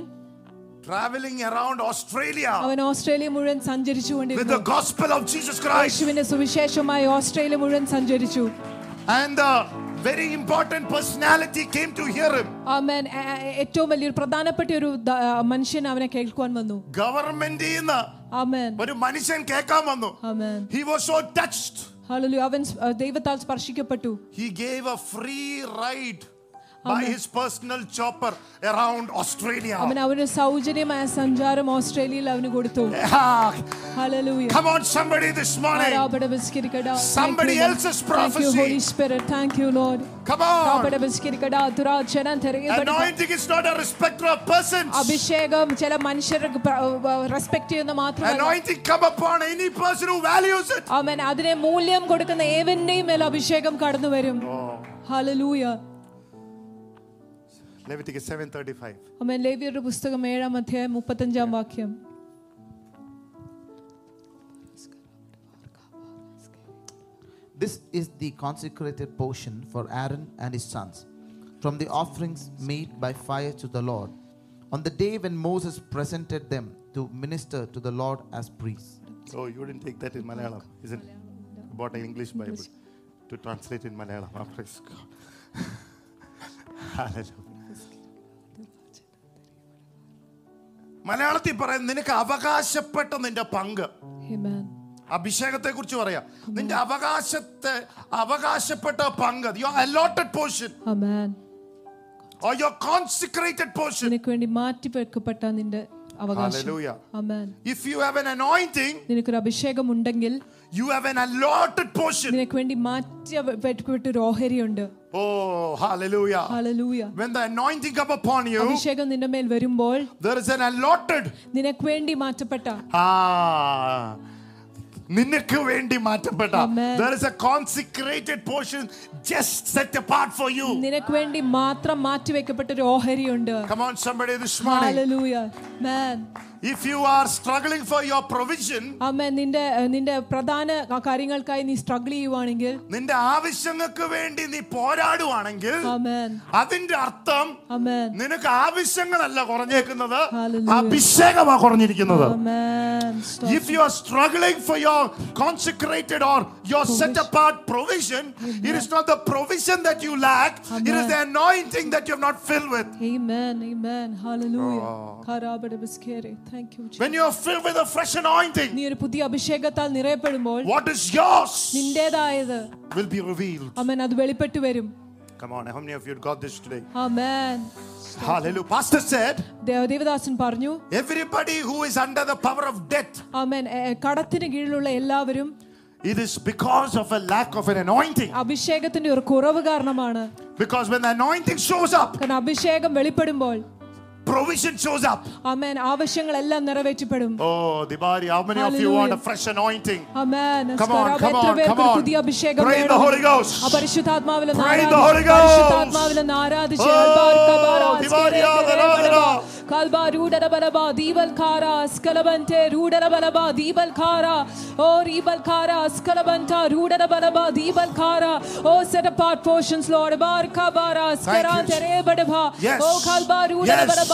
A: traveling around Australia
B: അവൻ ഓസ്ട്രേലിയ മുഴുവൻ
A: with
B: സഞ്ചരിച്ചുകൊണ്ടിരുന്നു
A: the gospel of Jesus Christ.
B: യേശുവിന്റെ സുവിശേഷമായി ഓസ്ട്രേലിയ മുഴുവൻ സഞ്ചരിച്ചു
A: And the very important personality came to hear him.
B: അവൻ ഏറ്റവും വലിയൊരു പ്രധാനപ്പെട്ട ഒരു ദ- ആ, മനുഷ്യൻ അവനെ കേൾക്കുവാൻ വന്നു
A: ഗവൺമെന്റിൽ നിന്ന്
B: ആമേൻ
A: ഒരു മനുഷ്യൻ കേൾക്കാൻ വന്നു
B: ആമേൻ
A: He was so touched.
B: ഹല്ലേലൂയ അവൻ സ്- ആ, ദൈവത്താൽ സ്പർശിക്കപ്പെട്ടു
A: He gave a free ride by his personal chopper around
B: അവൻ
A: Australia.
B: അവന് സൗജന്യമായ സഞ്ചാരം ഓസ്ട്രേലിയയിൽ അവന് കൊടുത്തു
A: Yeah.
B: ഹല്ലേലൂയ
A: Come on, somebody this morning.
B: ആരാപട വിസ്കരിക്കടാ.
A: Somebody
B: Thank you, Lord.
A: else's
B: Thank you,
A: prophecy.
B: Holy Spirit. Thank you, Lord.
A: Come on.
B: ആരാപട വിസ്കരിക്കടാ. ദുരാചരണം തിരയപ്പെടട്ടെ.
A: Anointing is not a respecter of persons.
B: അഭിഷേകം ചില മനുഷ്യർക്ക് റെസ്പെക്ട് ചെയ്യുന്ന മാത്രമല്ല
A: Anointing come upon any person who values it.
B: അവൻ അതിനെ മൂല്യം കൊടുക്കുന്ന ഏവന്റെയും മേൽ അഭിഷേകം കടന്നു വരും
A: Oh.
B: ഹലലൂയ
A: Leviticus 7:35.
B: അവൻ ലേവിയുടെ പുസ്തകം ഏഴാം അധ്യായം മുപ്പത്തഞ്ചാം വാക്യം
C: This is the consecrated portion for Aaron and his sons from the offerings made by fire to the Lord on the day when Moses presented them to minister to the Lord as priests.
A: Oh, you didn't take that in Malayalam, isn't it? You Bought an English Bible to translate in Malayalam. Oh, praise God. Hallelujah. മലയാളത്തിൽ പറയാം നിനക്ക് അവകാശപ്പെട്ട നിന്റെ പങ്ക്
B: Amen.
A: അഭിഷേകത്തെ കുറിച്ച് പറയാം നിന്റെ അവകാശത്തെ അവകാശപ്പെട്ട പങ്ക് your allotted portion
B: Amen.
A: Or your consecrated portion
B: നിനക്ക് വേണ്ടി മാറ്റിവെക്കപ്പെട്ട നിന്റെ അവകാശം
A: Hallelujah.
B: Amen
A: if you have an anointing
B: നിനക്കൊരു അഭിഷേകം ഉണ്ടെങ്കിൽ
A: you have an allotted portion
B: നിനക്ക് വേണ്ടി മാറ്റി വെക്കപ്പെട്ട ഒരു ഓഹരിയുണ്ട്
A: oh hallelujah
B: hallelujah
A: Oh, When the anointing come upon you,
B: അഭിഷേകം നിന്റെ മേൽ വരുമ്പോൾ
A: there is an allotted.
B: നിനക്ക് വേണ്ടി മാറ്റപ്പെട്ട
A: Ah. നിനക്ക് വേണ്ടി മാറ്റപ്പെട്ട
B: Amen.
A: there is a consecrated portion just set apart for you
B: നിനക്ക് വേണ്ടി മാത്രം മാറ്റിവെക്കപ്പെട്ട ഒരു ഓഹരിയുണ്ട്
A: come on somebody this morning
B: ഹാലലൂയ man
A: if you are struggling for your provision
B: അമ്മ നിന്റെ ഏഹ്, നിന്റെ പ്രധാന ക- കാര്യങ്ങൾക്കായി നീ സ്ട്രഗിൾ ചെയ്യുവാണെങ്കിൽ
A: നിന്റെ ആവശ്യങ്ങൾക്ക് വേണ്ടി നീ പോരാടുവാണെങ്കിൽ
B: അമേൻ
A: അതിന്റെ അർത്ഥം
B: അമേൻ
A: നിനക്ക് ആവശ്യങ്ങളല്ല കുറഞ്ഞേക്കുന്നത്
B: Hallelujah.
A: അഭിഷേകമാ കുറഞ്ഞിരിക്കുന്നത്
B: amen Stop.
A: If you are struggling for your consecrated or your set apart provision, it is not the provision that you lack, it is
B: Amen.
A: the anointing that you have not filled with.
B: Amen, amen. Hallelujah. ഖരാബട ബിസ്കേരെ. Thank you, Jesus.
A: Oh. When you are filled with a fresh anointing,
B: നീ ഒരു പുതിയ അഭിഷേകത്താൽ നിറയപ്പെടുമ്പോൾ
A: what is yours
B: നിന്റേതായത്
A: will be revealed.
B: അമ്മൻ അത് വെളിപ്പെട്ടു വരും
A: Come on, how many of you got this today?
B: Amen
A: Hallelujah. Pastor said,
B: Devadasan പറഞ്ഞു
A: everybody who is under the power of death,
B: ആമേൻ ഏ, കടത്തിന് കീഴിലുള്ള എല്ലാവരും
A: it is because of a lack of an anointing.
B: അഭിഷേകത്തിന്റെ ഒരു കുറവ് കാരണമാണ്
A: Because when the anointing shows up,
B: കാരണം അഭിഷേകം വെളിപ്പെടുമ്പോൾ
A: provision shows up.
B: Amen ആവശ്യങ്ങളെല്ലാം നിറവേറ്റപ്പെടും
A: Oh, Dibari, how many of you want a
B: Hallelujah.
A: fresh anointing?
B: Amen
A: Come on,
B: സ്തോത്രം.
A: come
B: എത്ര
A: on,
B: പേർക്ക്
A: come on.
B: പുതിയ അഭിഷേകം
A: Pray in the
B: വേണം?
A: Holy Ghost.
B: ആ പരിശുദ്ധാത്മാവിൽ ഒന്ന്
A: Pray in the
B: ആരാധിച്ച്,
A: Holy Ghost.
B: പരിശുദ്ധാത്മാവിൽ ഒന്ന് ആരാധിച്ച്,
A: Oh,
B: അൽബാർക്ക ബാരാസ്
A: ദിവാരിയ
B: കെരേ കെരേ
A: ദരാ ദരാ.
B: ബലബ, കാൽബാ രൂഡര ബലബ, ദീവൽ ഖാര സ്കലബൻതെ രൂഡര ബലബ, ദീവൽ ഖാര, ഓ റീബൽ ഖാര സ്കലബൻത രൂഡര ബലബ, ദീവൽ ഖാര. Oh, set apart portions, Lord. ബാർക്ക ബാരാസ്
A: Thank you,
B: കെരാന്തെ രേ ബഡഭ.
A: Yes.
B: Oh, കാൽബാ രൂഡര
A: Yes.
B: ബലബ,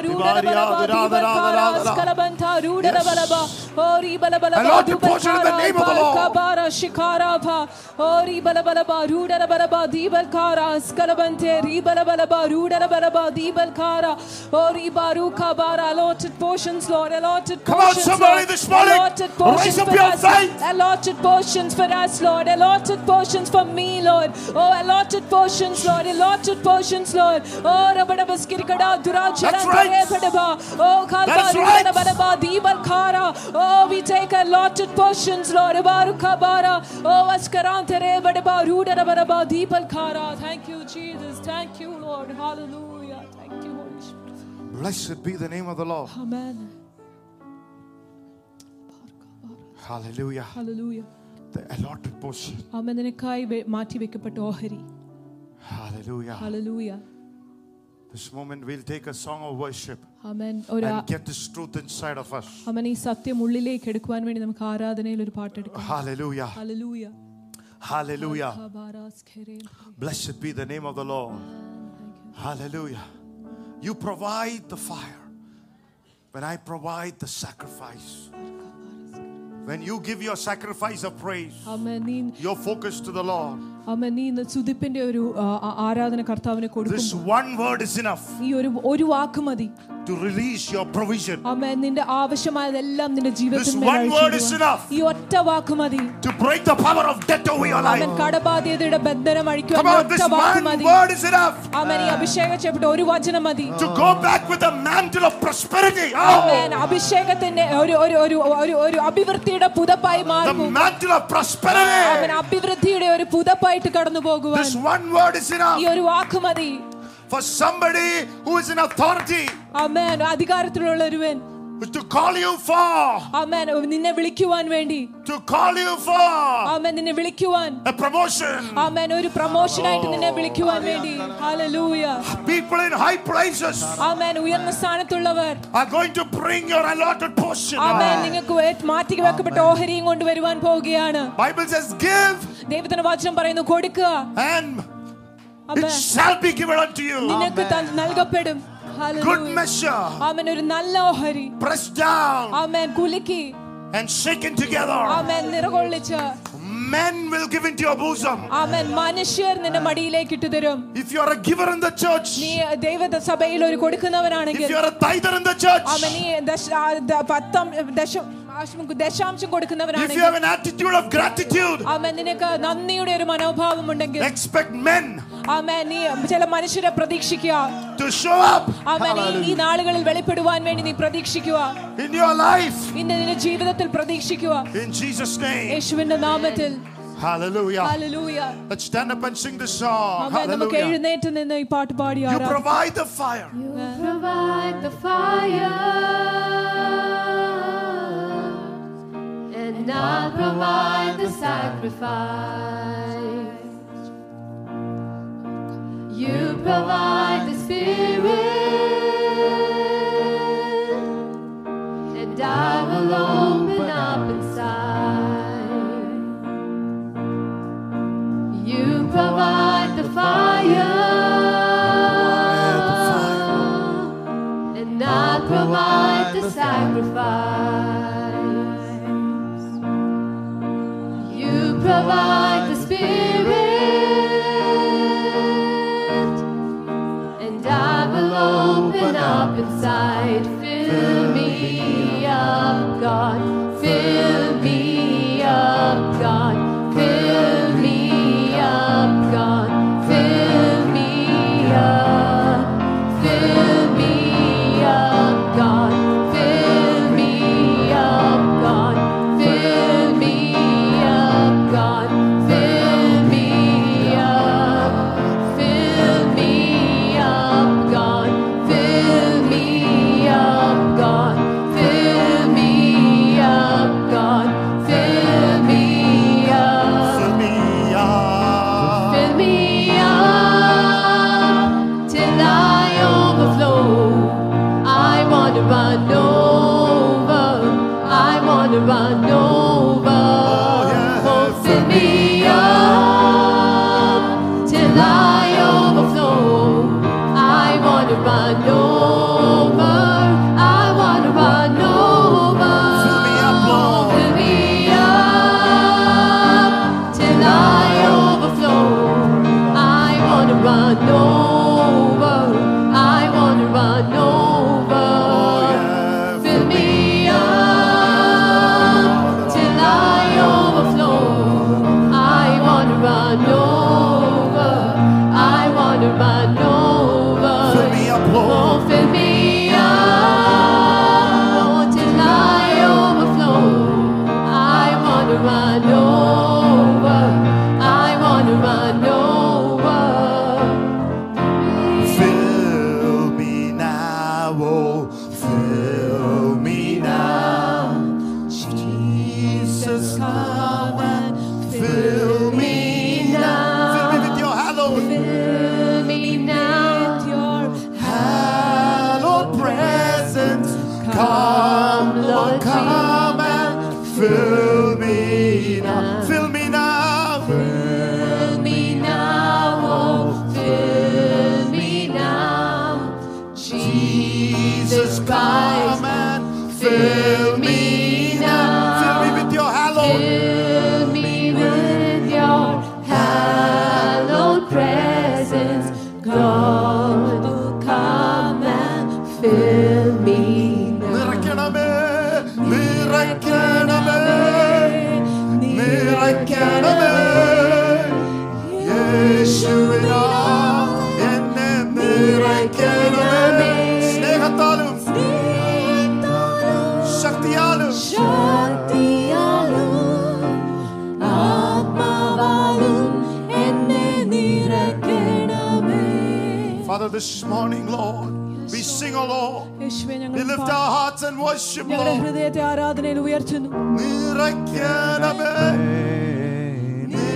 A: Allotted portion in the name of the Lord.
B: Bara Shikarabha, Ori Balabalaba, Rudara Balaba, Dibalkara, Skalabante, Ribalabalaba, Rudara Balaba, Dibalkara, Ori Baruka Bara, allotted portions, Lord, allotted portions.
A: Come on, somebody
B: Lord,
A: this morning.
B: allotted portions
A: Raise up
B: for
A: your
B: us,
A: faith.
B: Allotted portions for us, Lord, allotted portions for me, Lord. Oh, allotted portions, Lord, allotted portions, Lord. Oh, Rabadabaskirikada, Durajara,
A: That's right.
B: Karebadaba, Oh, Kalba,
A: That's right.
B: Rudara Balaba, Dibalkara. Oh, we take allotted portions, Lord. Barukabara. Oh, Askarante Rebadaba, Rudarabaraba, Deepalkara. Thank you, Jesus. Thank you, Lord. Hallelujah. Thank you, Holy Spirit.
A: Blessed be the name of the Lord.
B: Amen.
A: Hallelujah.
B: Hallelujah.
A: The allotted portion.
B: ആമേദനക്കായി വെ- മാറ്റി വെക്കപ്പെട്ട ഓഹരി
A: Hallelujah.
B: Hallelujah
A: This moment we'll take a song of worship
B: ആമേൻ ഒരു ആ-
A: and get this truth inside of us.
B: ആമേൻ ഈ സത്യം ഉള്ളിലേക്ക് എടുക്കുവാൻ വേണ്ടി നമുക്ക് ആരാധനയിൽ ഒരു പാട്ടെടുക്കാം
A: Hallelujah.
B: Hallelujah
A: Hallelujah.
B: ഖബാരാസ്ഖേരേ.
A: Blessed be the name of the Lord. Hallelujah. You provide the fire when I provide the sacrifice. When you give your sacrifice of praise,
B: ആമേൻ നീ
A: your focus to the Lord.
B: ആമേൻ നീ ഇന്ന് സുതിപ്പിന്റെ ഒരു ആ, ആ- ആരാധന കർത്താവിനെ കൊടുക്കും
A: This one word is enough
B: ഈ ഒരു ഒരു വാക്ക് മതി
A: to release your provision,
B: അമ്മ നിന്റെ ആവശ്യമായതെല്ലാം നിന്റെ ജീവിതത്തിൽ
A: This
B: മേൽ
A: one word is
B: അഴിച്ചിടുവാൻ.
A: enough.
B: ഈ ഒറ്റ വാക്ക് മതി
A: to break the power of death over your
B: അവൻ
A: life.
B: കടബാധ്യതയുടെ ബന്ധനം അഴിക്കുവാൻ
A: Come
B: ഈ
A: on,
B: ഒറ്റ
A: this
B: വാക്ക്
A: one
B: മതി
A: word is enough
B: അവൻ ഈ അഭിഷേകപ്പെട്ട് ഒരു വചനം മതി
A: to go back with a mantle of prosperity. Oh,
B: ആമേൻ. അഭിഷേകത്തിന്റെ ഒരു ഒരു ഒരു ഒരു ഒരു അഭിവൃദ്ധിയുടെ പുതപ്പായി
A: the
B: മാറും
A: mantle of
B: അവൻ
A: prosperity.
B: അഭിവൃദ്ധിയുടെ ഒരു പുതപ്പായിട്ട് കടന്നു പോകുവാൻ
A: This one word is enough
B: ഈ ഒരു വാക്ക് മതി
A: for somebody who is in authority
B: അമ്മേൻ അധികാരത്തിലുള്ള ഒരുവൻ
A: to call you for,
B: അമ്മേൻ നിന്നെ വിളിക്കുവാൻ വേണ്ടി
A: to call you for
B: അമ്മേൻ നിന്നെ വിളിക്കുവാൻ
A: a promotion.
B: ആമേൻ ഒരു പ്രൊമോഷൻ ആയിട്ട് നിന്നെ വിളിക്കുവാൻ വേണ്ടി hallelujah
A: People in high places
B: ആമേൻ ഉയർന്ന സ്ഥാനത്തുള്ളവർ
A: are going to bring your allotted portion.
B: ആമേൻ നിങ്ങൾക്ക് വേ- മാറ്റി വെക്കപ്പെട്ട ഓഹരിയും കൊണ്ടുവരുവാൻ പോവുകയാണ്
A: Bible says, give
B: ദൈവത്തിന്റെ വചനം പറയുന്നു കൊടുക്കുക
A: and it
B: amen
A: shall be given unto you.
B: നിനക്ക് ത- നൽകപ്പെടും
A: Good
B: ഹല്ലേലൂയ
A: measure,
B: ആമേൻ ഒരു നല്ല ഓഹരി
A: pressed down
B: ആമേൻ കുലുക്കി
A: and shaken together.
B: Amen നിറകൊള്ളിച്ച്
A: Men will give into your bosom.
B: ആമേൻ മനുഷ്യർ നിന്റെ മടിയിലേക്ക് ഇട്ടു തരും
A: If you are a giver in the
B: നീ
A: church,
B: ദൈവ സഭയിൽ ഒരു
A: if
B: കൊടുക്കുന്നവനാണെങ്കിൽ
A: you are a tither in the church,
B: ആമേൻ നീ ദശ ആ, ദ- പത്താം ദശം ആശ്മ- ദശാംശം
A: if you
B: കൊടുക്കുന്നവനാണെങ്കിൽ
A: have an attitude of gratitude,
B: ആമേൻ നിനക്ക് നന്ദിയുടെ ഒരു മനോഭാവം ഉണ്ടെങ്കിൽ
A: expect men
B: ആമേൻ നീ ചില മനുഷ്യരെ പ്രതീക്ഷിക്കുക
A: to show up
B: ആമേൻ ഈ- ഈ നാളുകളിൽ വെളിപ്പെടുവാൻ വേണ്ടി നീ പ്രതീക്ഷിക്കുക
A: in your life.
B: ഇന്ന് നിന്റെ ജീവിതത്തിൽ പ്രതീക്ഷിക്കുക
A: In Jesus' name.
B: യേശുവിന്റെ നാമത്തിൽ
A: Ah. Hallelujah.
B: ഹല്ലേലൂയ
A: Let's stand up and sing this song.
B: ആമേൻ
A: Ah,
B: നമുക്ക്
A: Hallelujah.
B: എഴുന്നേറ്റ് നിന്ന് ഈ പാട്ട് പാടി
A: You
B: ആരാധിക്കാം.
A: provide the fire.
D: You provide the fire, and I'll provide the sacrifice. You provide the spirit, and I will open up inside. You provide the fire, and I provide the sacrifice. You provide the spirit, and I will open up inside. Fill me up, God. Fill me up, God. Fill me up, God. Fill me up. Fill me up, God. Fill me up, God. Fill me up, God. Fill me up. Fill me up, God. Fill me up, God. Fill
A: oh, Jesus,
D: come and
A: fill
D: me
A: fill me
D: now.
A: with your hallowed,
D: Fill me now.
B: Your
A: hallowed presence. Come, Lord,
D: Lord
A: come and fill me now. Fill me now.
D: Fill me now. Oh, fill me now.
A: Jesus, come and fill me now. Fill me with your hallowed.
D: Fill me with your hallowed presence. Come, come and fill me now.
A: നിറയ്ക്കണമേ, നിറയ്ക്കണമേ. നിറയ്ക്കണമേ യേശുവിനാൽ എന്നെ നിറയ്ക്കണമേ സ്നേഹത്താലും ശക്തിയാലും Father, this morning, Lord, we sing, O Lord.
B: യേശുവേ, ഞങ്ങൾ
A: We lift
B: പാ-
A: our hearts and worship,
B: ഞങ്ങളുടെ
A: Lord.
B: ഹൃദയത്തെ ആരാധനയിൽ ഉയർത്തുന്നു
A: നിറയ്ക്കണമേ, നിറയ്ക്കണമേ.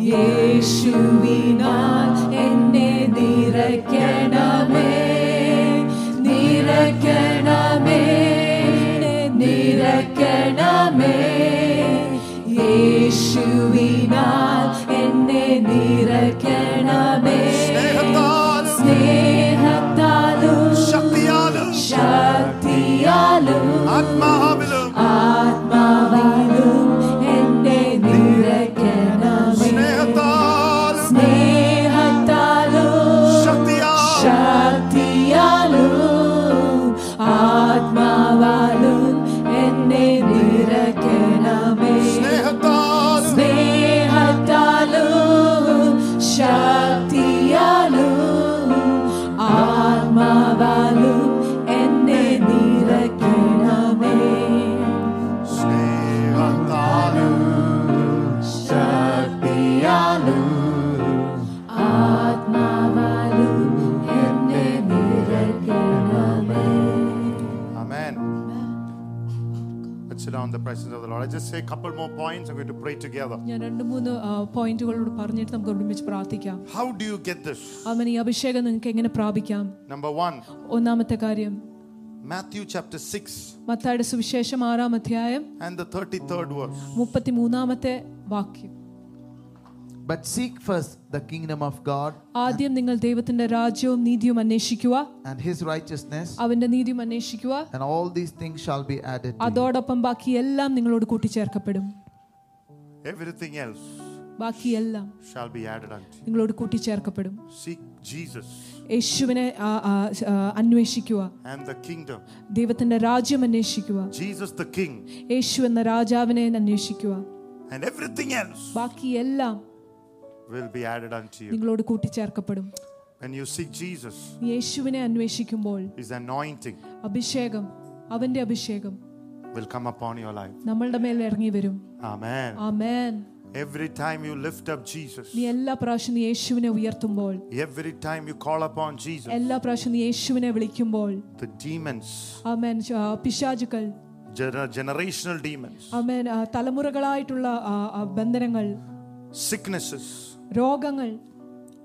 B: നിറയ്ക്കണമേ യേശുവിനാൽ എന്നെ നിറയ്ക്കണമേ നിറയ്ക്കണമേ എന്നെ നിറയ്ക്കണമേ യേശുവിനാൽ എന്നെ നിറയ്ക്കണമേ
A: സ്നേഹത്താലും
B: സ്നേഹത്താലും
A: ശക്തിയാലും
B: ശക്തിയാലും
A: ആത്മാവിലും
B: ആത്മാവിലും എന്നെ നിറയ്ക്കണമേ
A: സ്നേഹത്താലും
B: സ്നേഹത്താലും
A: ശക്തിയാലും
B: ശക്തിയാലും ആത്മാവാലും എന്നെ നിറയ്ക്കണമേ
A: സ്നേഹത്താലും
B: സ്നേഹത്താലും ശക്തിയാലും ആത്മാവാലും എന്നെ നിറയ്ക്കണമേ
A: സ്നേഹത്താലും
B: ആത്മാവാലും എന്നെ നിറയ്ക്കണമേ.
A: Amen. Let's sit down in the presence of the Lord. I just say a couple more points. I'm going to pray together.
B: ഞാൻ രണ്ട് മൂന്ന് ആ, പോയിന്റുകളോട് പറഞ്ഞിട്ട് നമുക്ക് ഒരുമിച്ച് പ്രാർത്ഥിക്കാം
A: How do you get this?
B: അവൻ ഈ അഭിഷേകം നിങ്ങൾക്ക് എങ്ങനെ പ്രാപിക്കാം
A: Number one,
B: ഒന്നാമത്തെ കാര്യം
A: Matthew chapter 6
B: മത്തായുടെ സുവിശേഷം ആറാം അധ്യായം
A: and the 33rd verse.
B: മുപ്പത്തി മൂന്നാമത്തെ വാക്യം
C: But seek first the kingdom of God
B: ആദ്യം നിങ്ങൾ ദൈവത്തിന്റെ രാജ്യവും നീതിയും അന്വേഷിക്കുക
C: and his righteousness,
B: അവന്റെ നീതിയും അന്വേഷിക്കുക
C: and all these things shall be added. to you.
B: അതോടൊപ്പം ബാക്കി എല്ലാം നിങ്ങളോട് കൂട്ടിച്ചേർക്കപ്പെടും
A: Everything else
B: ബാക്കി എല്ലാം
A: shall be added unto you.
B: നിങ്ങളോട് കൂട്ടിച്ചേർക്കപ്പെടും
A: Seek Jesus
B: യേശുവിനെ ആ, ആ, ആ, അന്വേഷിക്കുക
A: and the kingdom.
B: ദൈവത്തിന്റെ രാജ്യം അന്വേഷിക്കുക
A: Jesus the King
B: യേശു എന്ന രാജാവിനെ അന്വേഷിക്കുക
A: and everything else
B: ബാക്കി എല്ലാം
A: will be added unto you.
B: നിങ്ങളോട് കൂട്ടിച്ചേർക്കപ്പെടും
A: When you seek Jesus,
B: യേശുവിനെ അന്വേഷിക്കുമ്പോൾ
A: His anointing
B: അഭിഷേകം അവന്റെ അഭിഷേകം
A: will come upon your life.
B: നമ്മളുടെ മേൽ ഇറങ്ങി വരും
A: Amen.
B: Amen
A: Every time you lift up Jesus,
B: നീ എല്ലാ പ്രാവശ്യം നീ യേശുവിനെ ഉയർത്തുമ്പോൾ
A: every time you call upon Jesus,
B: എല്ലാ പ്രാവശ്യം നീ യേശുവിനെ വിളിക്കുമ്പോൾ
A: the demons,
B: ആമേൻ ആ, പിശാചുക്കൾ
A: gener- generational demons,
B: ആമേൻ ആ, തലമുറകളായിട്ടുള്ള ആ, ആ, ബന്ധനങ്ങൾ
A: sicknesses
B: രോഗങ്ങൾ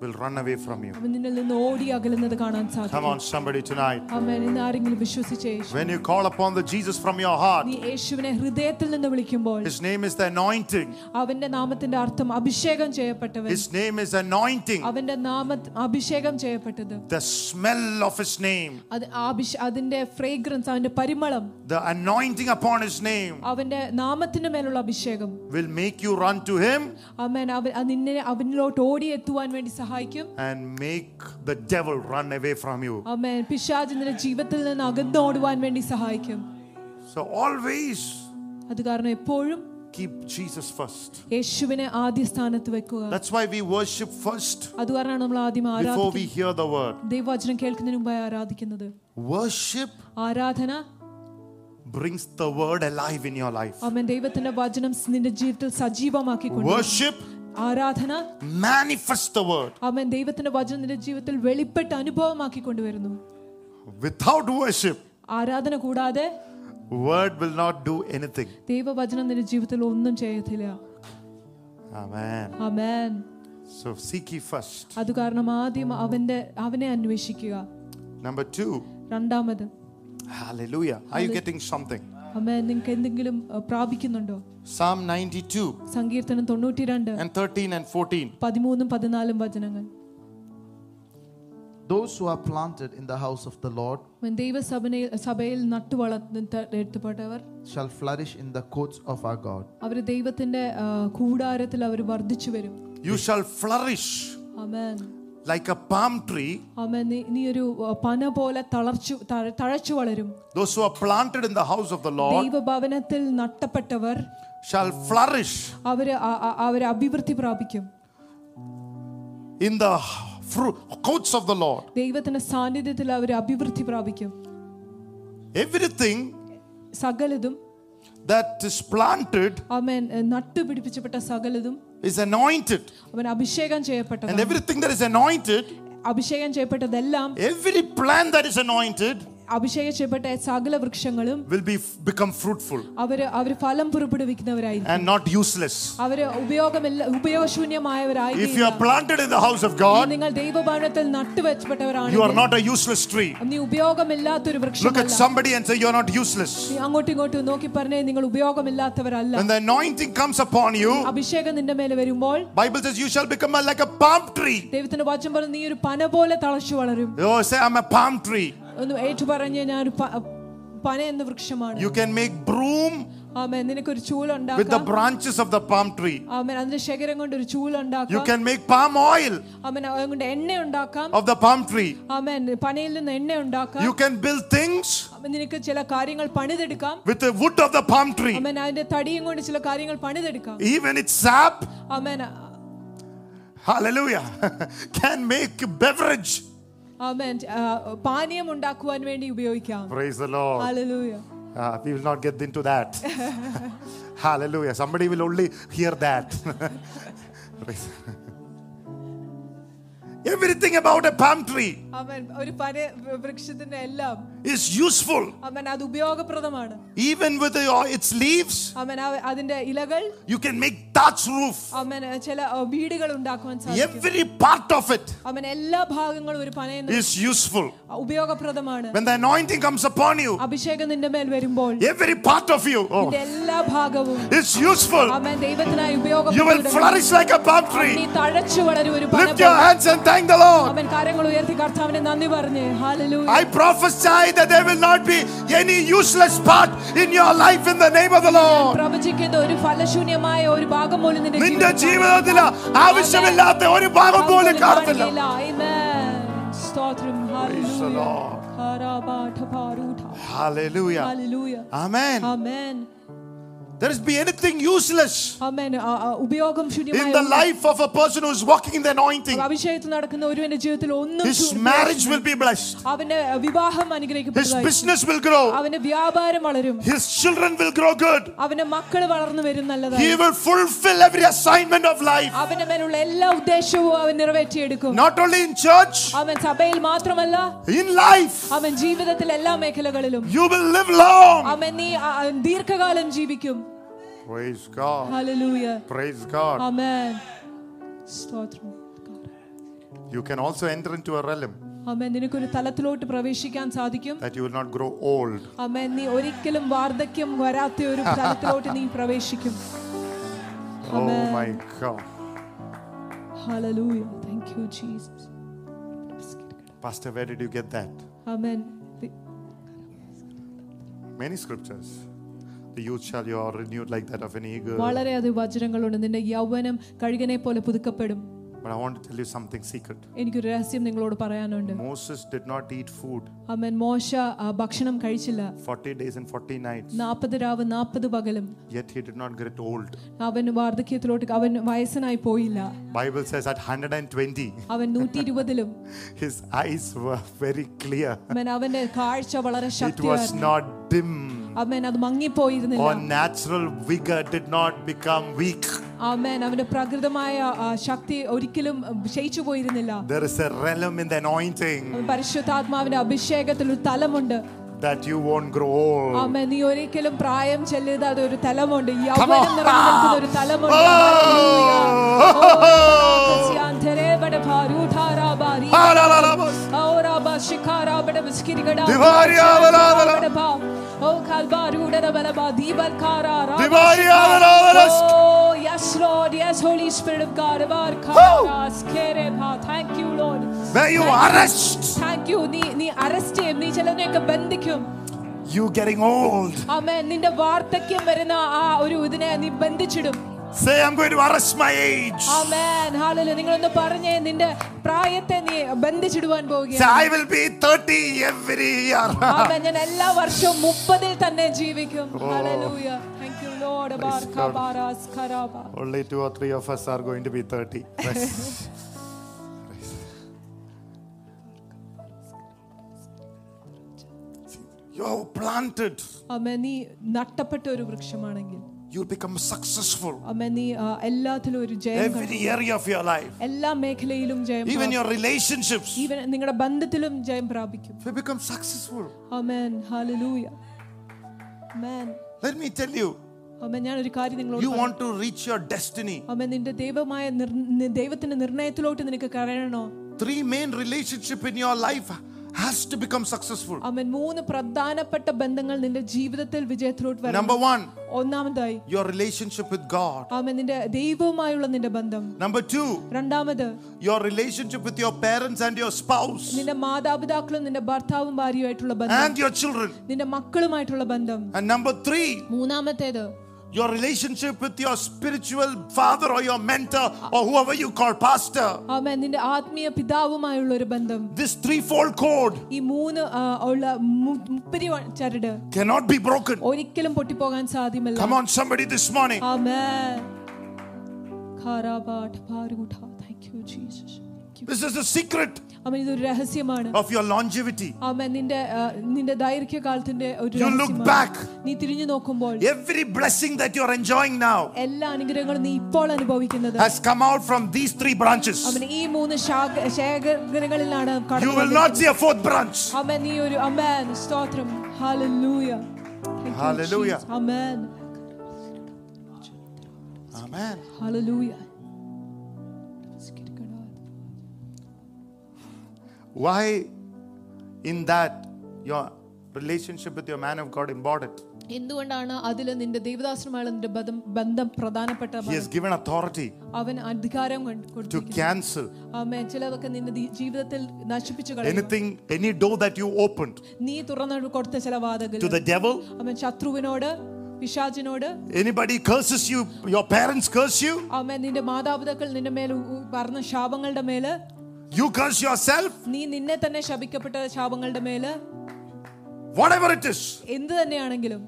A: will run away from you.
B: അവൻ നിന്നിൽ നിന്ന് ഓടി അകലുന്നത് കാണാൻ
A: Come
B: സാധിക്കും
A: on, somebody tonight.
B: ആമേൻ ഇന്ന് ആരെങ്കിലും വിശ്വസിച്ച യേശു
A: When you call upon the Jesus from your heart,
B: നീ യേശുവിനെ ഹൃദയത്തിൽ നിന്ന് വിളിക്കുമ്പോൾ
A: His name is the anointing.
B: അവന്റെ നാമത്തിന്റെ അർത്ഥം അഭിഷേകം ചെയ്യപ്പെട്ടവൻ
A: His name is anointing.
B: അവന്റെ നാമ അഭിഷേകം ചെയ്യപ്പെട്ടത്
A: The smell of His name,
B: അത് ആ അഭിഷ- അതിന്റെ ഫ്രേഗ്രൻസ് അവന്റെ പരിമളം
A: the anointing upon His name
B: അവന്റെ നാമത്തിന് മേലുള്ള അഭിഷേകം
A: will make you run to Him
B: അവൻ അവൻ അത് നിന്നെ അവനിലോട്ട് ഓടിയെത്തുവാൻ വേണ്ടി സഹായിക്കും
A: and make the devil run away from you.
B: അവൻ പിശാജ് നിന്റെ ജീവിതത്തിൽ നിന്ന് അകന്നോടുവാൻ വേണ്ടി സഹായിക്കും
A: So always
B: അത് കാരണം എപ്പോഴും
A: keep Jesus first.
B: യേശുവിനെ ആദ്യ സ്ഥാനത്ത് വെക്കുക
A: That's why we worship first
B: അത് കാരണമാണ് നമ്മൾ ആദ്യം
A: before we
B: ആരാധിക്കുന്നത്
A: hear the word.
B: ദൈവവചനം കേൾക്കുന്നതിന് മുമ്പായി ആരാധിക്കുന്നത്
A: Worship
B: ആരാധന
A: brings the word alive in your life.
B: അവൻ ദൈവത്തിന്റെ വചനം നിന്റെ ജീവിതത്തിൽ സജീവമാക്കിക്കൊണ്ട്
A: Worship
B: ആരാധന
A: manifests the word.
B: അവൻ ദൈവത്തിന്റെ വചനം നിന്റെ ജീവിതത്തിൽ വെളിപ്പെട്ട് അനുഭവമാക്കി കൊണ്ടുവരുന്നു
A: Without worship,
B: ആരാധന കൂടാതെ
A: Word will not do anything.
B: ദൈവവചനം നിന്റെ ജീവിതത്തിൽ ഒന്നും ചെയ്യത്തില്ല
A: Amen.
B: അമേൻ
A: So seek ye first.
B: അത് കാരണം ആദ്യം അവന്റെ അവനെ അന്വേഷിക്കുക
A: Number two.
B: രണ്ടാമത്
A: Hallelujah. Are you getting something?
B: അമേൻ നിങ്ങൾക്ക് എന്തെങ്കിലും അഹ്, പ്രാപിക്കുന്നുണ്ടോ
A: Psalm 92
B: സങ്കീർത്തനം തൊണ്ണൂറ്റിരണ്ട്
A: and 13 and 14.
B: പതിമൂന്നും പതിനാലും വചനങ്ങൾ
C: Those who are planted in the house of the Lord
B: അവൻ ദൈവസഭയിൽ സഭയിൽ നട്ടുവളർത്തപ്പെട്ടവർ
C: shall flourish in the courts of our God.
B: അവർ ദൈവത്തിന്റെ ആ, കൂടാരത്തിൽ അവർ വർദ്ധിച്ചു വരും
A: You shall flourish
B: amen
A: like a palm tree.
B: അമേൻ നീ- നീ ഒരു ആ, പന പോലെ തളർച്ചു തഴ- തഴച്ചു വളരും
A: Those who are planted in the house of the Lord
B: ദൈവഭവനത്തിൽ നട്ടപ്പെട്ടവർ
A: shall flourish
B: അവര് ആ- ആ- അവര് അഭിവൃദ്ധി പ്രാപിക്കും
A: in the fruit, courts of the Lord.
B: ദൈവത്തിന്റെ സാന്നിധ്യത്തിൽ അവർ അഭിവൃദ്ധി പ്രാപിക്കും
A: Everything
B: സകലതും
A: that is planted
B: അവൻ നട്ടുപിടിപ്പിച്ചപ്പെട്ട സകലതും
A: is anointed.
B: അവൻ അഭിഷേകം
A: And
B: ചെയ്യപ്പെട്ടത്
A: everything that is anointed,
B: അഭിഷേകം ചെയ്യപ്പെട്ടതെല്ലാം
A: every plant that is anointed
B: അഭിഷേകം ചെയ്യപ്പെട്ട സകല വൃക്ഷങ്ങളും
A: will be become fruitful
B: അവര് അവര് ഫലം പുറപ്പെടുവിക്കുന്നവരായിരിക്കും
A: and not useless.
B: അവര് ഉപയോഗമില്ല
A: If you are
B: ഉപയോഗശൂന്യമായവരായിരിക്കും
A: planted in the house of God,
B: നിങ്ങൾ ദൈവഭവനത്തിൽ നട്ടുവെച്ചപ്പെട്ടവരാണ്
A: you are not a useless tree.
B: നീ ഉപയോഗമില്ലാത്തൊരു
A: Look at
B: വൃക്ഷം
A: somebody and say, You're not useless.
B: അങ്ങോട്ടും ഇങ്ങോട്ടും നോക്കി പറഞ്ഞേ നിങ്ങൾ ഉപയോഗമില്ലാത്തവരല്ല
A: When the anointing comes upon you,
B: അഭിഷേകം നിന്റെ മേലെ വരുമ്പോൾ
A: Bible says you shall become a- like a palm tree.
B: ദൈവത്തിന്റെ വാചം പറഞ്ഞു നീ ഒരു പന പോലെ തളച്ചു വളരും
A: Oh, say I'm a palm tree.
B: ഒന്ന് ഏറ്റു പറഞ്ഞ് ഞാൻ ഒരു പ- പന എന്ന വൃക്ഷമാണ്
A: You can make broom
B: ആമേ
A: with
B: നിനക്കൊരു
A: the
B: ചൂലുണ്ടാക്കാം
A: branches of the palm tree.
B: ആമേൻ അതിന്റെ ശേഖരം കൊണ്ട് ഒരു
A: You
B: ചൂലുണ്ടാക്കാം
A: can make palm oil
B: ആമേൻ അതുകൊണ്ട് എണ്ണ ഉണ്ടാക്കാം
A: of the palm tree.
B: ആമേൻ പനയിൽ നിന്ന് എണ്ണ ഉണ്ടാക്കാം
A: You can build things
B: ആമേൻ നിനക്ക് ചില കാര്യങ്ങൾ പണിതെടുക്കാം
A: with the wood of the palm tree.
B: ആമേൻ അതിന്റെ തടിയും കൊണ്ട് ചില കാര്യങ്ങൾ പണിതെടുക്കാം
A: Even its sap,
B: amen
A: hallelujah, can make beverage.
B: ആമേൻ ആ, പാനീയം ഉണ്ടാക്കുവാൻ വേണ്ടി ഉപയോഗിക്കാം
A: Praise the Lord.
B: ഹല്ലേലൂയ
A: Ah, we will not get into that. Hallelujah. Somebody will only hear that. Praise- Everything about a palm tree
B: ആമേൻ ഒരു പന വൃക്ഷത്തിന്റെ എല്ലാം
A: is useful.
B: ആമേൻ അത് ഉപയോഗപ്രദമാണ്
A: Even with the- its leaves,
B: ആമേൻ അവ- അതിന്റെ ഇലകൾ
A: you can make thatch roof.
B: ആമേൻ ചില ആ, വീടുകൾ ഉണ്ടാക്കുവാൻ സാധിക്കും
A: Every part of it
B: ആമേൻ എല്ലാ ഭാഗങ്ങളും ഒരു പനയെന്ന്
A: is useful.
B: ഉപയോഗപ്രദമാണ്
A: When the anointing comes upon you,
B: അഭിഷേകം നിന്റെ മേൽ വരുമ്പോൾ
A: every part of you oh,
B: നിന്റെ എല്ലാ ഭാഗവും
A: is useful.
B: Amen ദൈവത്തിനായി
A: You will
B: ഉപയോഗപ്പെടുത്തും
A: flourish like a palm
B: നീ
A: tree.
B: തഴച്ചു വളരും ഒരു
A: Lift your
B: പനപോലെ.
A: hands and thank the Lord.
B: അവൻ കാര്യങ്ങൾ ഉയർത്തി കർത്താവിനെ നന്ദി പറഞ്ഞു ഹാലലൂയ
A: I prophesy that there will not be any useless part in your life in the name of the Lord.
B: പ്രവചിക്കുന്ന ഒരു ഫലശൂന്യമായ ഒരു ഭാഗം പോലും നിന്റെ
A: നിന്റെ
B: ജീവിതത്തിൽ
A: ജീവിതത്തിൽ ആവശ്യമില്ലാത്ത ഒരു ഭാഗം പോലും കാണത്തില്ല
B: കാണുകയില്ല. Amen. സ്തോത്രം
A: Praise the
B: ഹാലലൂയ
A: Lord.
B: ഹാരാപാഠപാരൂഢ.
A: Hallelujah.
B: ഹാലലൂയ
A: Amen.
B: ആമേൻ
A: There is be anything useless
B: ആമേൻ ആ- ആ ഉപയോഗം
A: in
B: ശൂന്യമായ
A: the
B: ഒന്നും-
A: life of a person who is walking in the anointing.
B: അഭിഷേകത്തിൽ നടക്കുന്ന ഒരുവന്റെ ജീവിതത്തിൽ ഒന്നും
A: His
B: ശൂന്യം-
A: marriage will be blessed.
B: അവന്റെ വിവാഹം
A: His
B: അനുഗ്രഹിക്കപ്പെടും
A: business will grow.
B: അവന്റെ വ്യാപാരം വളരും
A: His children will grow good.
B: അവന്റെ മക്കൾ വളർന്നു വരും നല്ലതായി
A: He will fulfill every assignment of life.
B: അവന്റെ മേലുള്ള എല്ലാ ഉദ്ദേശവും അവൻ നിറവേറ്റിയെടുക്കും
A: Not only in church,
B: അവൻ സഭയിൽ മാത്രമല്ല
A: in life.
B: അവൻ ജീവിതത്തിൽ എല്ലാ മേഖലകളിലും
A: You will live long.
B: അവൻ നീ ആ, ദീർഘകാലം ജീവിക്കും
A: Praise God.
B: ഹല്ലേലൂയ
A: Praise God.
B: ആമേൻ സ്തോത്രം
A: You can also enter into a realm
B: ആമേൻ നിനക്കൊരു തലത്തിലോട്ട് പ്രവേശിക്കാൻ സാധിക്കും
A: that you will not grow old.
B: ആമേൻ നീ ഒരിക്കലും വാർദ്ധക്യം വരാത്ത ഒരു തലത്തിലോട്ട് നീ പ്രവേശിക്കും
A: Oh my God.
B: Hallelujah thank you Jesus
A: Pastor, where did you get that?
B: Amen
A: Many scriptures. The youth shall you are renewed like that of an eagle.
B: വളരെ അധികം വചനങ്ങളുണ്ട് നിന്റെ യൗവനം കഴുകനെ പോലെ പുതുക്കപ്പെടും
A: But I want to tell you something secret.
B: എനിക്കൊരു രഹസ്യം നിങ്ങളോട് പറയാനുണ്ട്
A: Moses did not eat food
B: അമ്മൻ മോശ ആ, ഭക്ഷണം കഴിച്ചില്ല
A: 40 days and 40 nights,
B: നാൽപ്പത് രാവ് നാൽപ്പത് പകലും
A: yet he did not get old.
B: അവൻ വാർദ്ധക്യത്തിലോട്ട് അവൻ വയസ്സനായി പോയില്ല
A: Bible says at 120,
B: അവൻ നൂറ്റി ഇരുപതിലും
A: his eyes were very clear.
B: അമ്മൻ അവന്റെ കാഴ്ച വളരെ
A: It was
B: ശക്തിയായിരുന്നു
A: not dim.
B: അമ്മൻ അത്
A: Or
B: മങ്ങിപ്പോയിരുന്നില്ല
A: natural vigor did not become weak.
B: അമ്മൻ അവന്റെ പ്രകൃതമായ ആ, ശക്തി ഒരിക്കലും ക്ഷയിച്ചു പോയിരുന്നില്ല
A: There is a realm in the anointing.
B: അവൻ പരിശുദ്ധാത്മാവിന്റെ അഭിഷേകത്തിൽ ഒരു തലമുണ്ട്
A: that you won't grow old.
B: അമ്മ നീ ഒരിക്കലും പ്രായം ചെല്ലുതാതെ ഒരു തലമുണ്ട്
A: Come on.
B: യൗവനം നിറഞ്ഞു നിൽക്കുന്ന ഒരു തലമുണ്ട് Hallelujah.
A: Oh.
B: Oh, രാഗസ്യാന്തരേവട ഭാരൂഢാരാബാരി.
A: Ah. Hallelujah.
B: ഔറാബ ശിഖാരാബട വിസ്കിരികട.
A: ദിവാരിയാവലാവലം.
B: ബട ഭാ. ഓ കൽബാരൂഢട ബലബ ദീപൽകാര രാഗ
A: ദിവാരിയാവലാവലം.
B: Oh, yes, Lord. Yes, Holy Spirit of God. Abar kharas kere bha. Thank you, Lord.
A: Where you arrest,
B: Thank you. നീ നീ അറസ്റ്റ് ചെയ്യും നീ ചിലതിനെയൊക്കെ ബന്ധിക്കും
A: you getting old.
B: അമ്മ നിന്റെ വാർദ്ധക്യം വരുന്ന ആ ഒരു ഇതിനെ നീ ബന്ധിച്ചിടും
A: Say, I'm going to arrest my age.
B: ആമേൻ ഹാലലൂയ നിങ്ങളൊന്ന് പറഞ്ഞേ നിന്റെ പ്രായത്തെ നീ ബന്ധിച്ചിടുവാൻ
A: Say,
B: പോവുകയാണ്
A: I will be 30 every year.
B: ആമേൻ ഞാൻ എല്ലാ വർഷവും മുപ്പതിൽ തന്നെ ജീവിക്കും ഹാലലൂയ താങ്ക് യു ലോർഡ് ബാർക്കബാരാസ് ഖരാബ
A: Only two or three of us are going to be 30. Praise. Praise. You are planted.
B: ആമേൻ നീ നട്ടപ്പെട്ട ഒരു വൃക്ഷമാണെങ്കിൽ
A: You become successful
B: ആമേൻ നീ ആ, എല്ലാത്തിലും ഒരു ജയം കണ്ടു.
A: every area of your life,
B: എല്ലാ മേഖലയിലും ജയം
A: even
B: പ്രാപിക്കും.
A: your relationships.
B: ഈവൻ നിങ്ങളുടെ ബന്ധത്തിലും ജയം പ്രാപിക്കും
A: You become successful.
B: Amen hallelujah amen
A: Let me tell you,
B: ആമേൻ ഞാൻ ഒരു കാര്യം നിങ്ങളോട്
A: you
B: പറയാം.
A: want to reach your destiny.
B: അമ്മ നിന്റെ ദൈവമായ നിർ- നി- ദൈവത്തിന്റെ നിർണയത്തിലോട്ട് നിനക്ക് കരയണോ
A: Three main relationship in your life has to become successful.
B: അമ്മൻ മൂന്ന് പ്രധാനപ്പെട്ട ബന്ധങ്ങൾ നിന്റെ ജീവിതത്തിൽ വിജയത്തിലോട്ട് വരണം
A: Number one,
B: ഒന്നാമതായി
A: your relationship with God.
B: അമ്മ നിന്റെ ദൈവവുമായുള്ള നിന്റെ ബന്ധം
A: Number two,
B: രണ്ടാമത്
A: your relationship with your parents and your spouse
B: നിന്റെ മാതാപിതാക്കളും നിന്റെ ഭർത്താവും ഭാര്യയുമായിട്ടുള്ള ബന്ധം
A: and your children.
B: നിന്റെ മക്കളുമായിട്ടുള്ള ബന്ധം
A: And number three,
B: മൂന്നാമത്തേത്
A: your relationship with your spiritual father or your mentor or whoever you call pastor.
B: അമ്മ നിന്റെ ആത്മീയ പിതാവുമായുള്ള ഒരു ബന്ധം
A: This threefold cord
B: ഈ മൂന്ന് ആ, ഉള്ള മു- മുപ്പരി വ- ചരട്
A: cannot be broken.
B: ഒരിക്കലും പൊട്ടിപ്പോകാൻ സാധ്യമല്ല
A: Come on, somebody this morning.
B: Amen. ഖാരാപാഠ ഭാരൂഢ. Thank you, Jesus. Thank you.
A: This is the secret
B: അവൻ ഇതൊരു രഹസ്യമാണ്
A: of your longevity.
B: അവൻ നിന്റെ ആ, നിന്റെ ദൈർഘ്യകാലത്തിന്റെ ഒരു
A: You look
B: രഹസ്യമാണ്.
A: back.
B: നീ തിരിഞ്ഞു നോക്കുമ്പോൾ
A: Every blessing that you're enjoying now
B: എല്ലാ അനുഗ്രഹങ്ങളും നീ ഇപ്പോൾ അനുഭവിക്കുന്നത്
A: has come out from these three branches.
B: അവൻ ഈ മൂന്ന് ശാഖ- ശേഖരങ്ങളിലാണ് കടന്നു
A: You will not
B: വന്നിരിക്കുന്നത്.
A: see a fourth branch.
B: അവൻ നീ ഒരു അമേൻ സ്തോത്രം ഹാലൂയ
A: Hallelujah.
B: അമേൻ
A: Amen.
B: ഹാലൂയ
A: Why, in that, your relationship with your man of God important?
B: എന്തുകൊണ്ടാണ് അതിൽ നിന്റെ ദൈവദാസനുമായുള്ള നിന്റെ ബന്ധം ബന്ധം പ്രധാനപ്പെട്ട
A: He has given authority
B: അവൻ അധികാരം കണ്ട്
A: to
B: കൊടുത്തിരിക്കുന്നു.
A: cancel
B: ആമേ ചിലതൊക്കെ നിന്റെ ദി- ജീവിതത്തിൽ നശിപ്പിച്ചു കളയും
A: anything, any door that you opened
B: നീ തുറന്നു കൊടുത്ത ചില വാതകൾ
A: to the devil.
B: അവൻ ശത്രുവിനോട് പിശാചിനോട്
A: Anybody curses you, your parents curse you,
B: അവൻ നിന്റെ മാതാപിതാക്കൾ നിന്റെ മേൽ ഉ- ഉ- പറഞ്ഞ ശാപങ്ങളുടെ മേല്
A: you curse yourself,
B: നീ നിന്നെ തന്നെ ശപിക്കപ്പെട്ട ശാപങ്ങളുടെ മേല്
A: whatever it is,
B: എന്ത് തന്നെയാണെങ്കിലും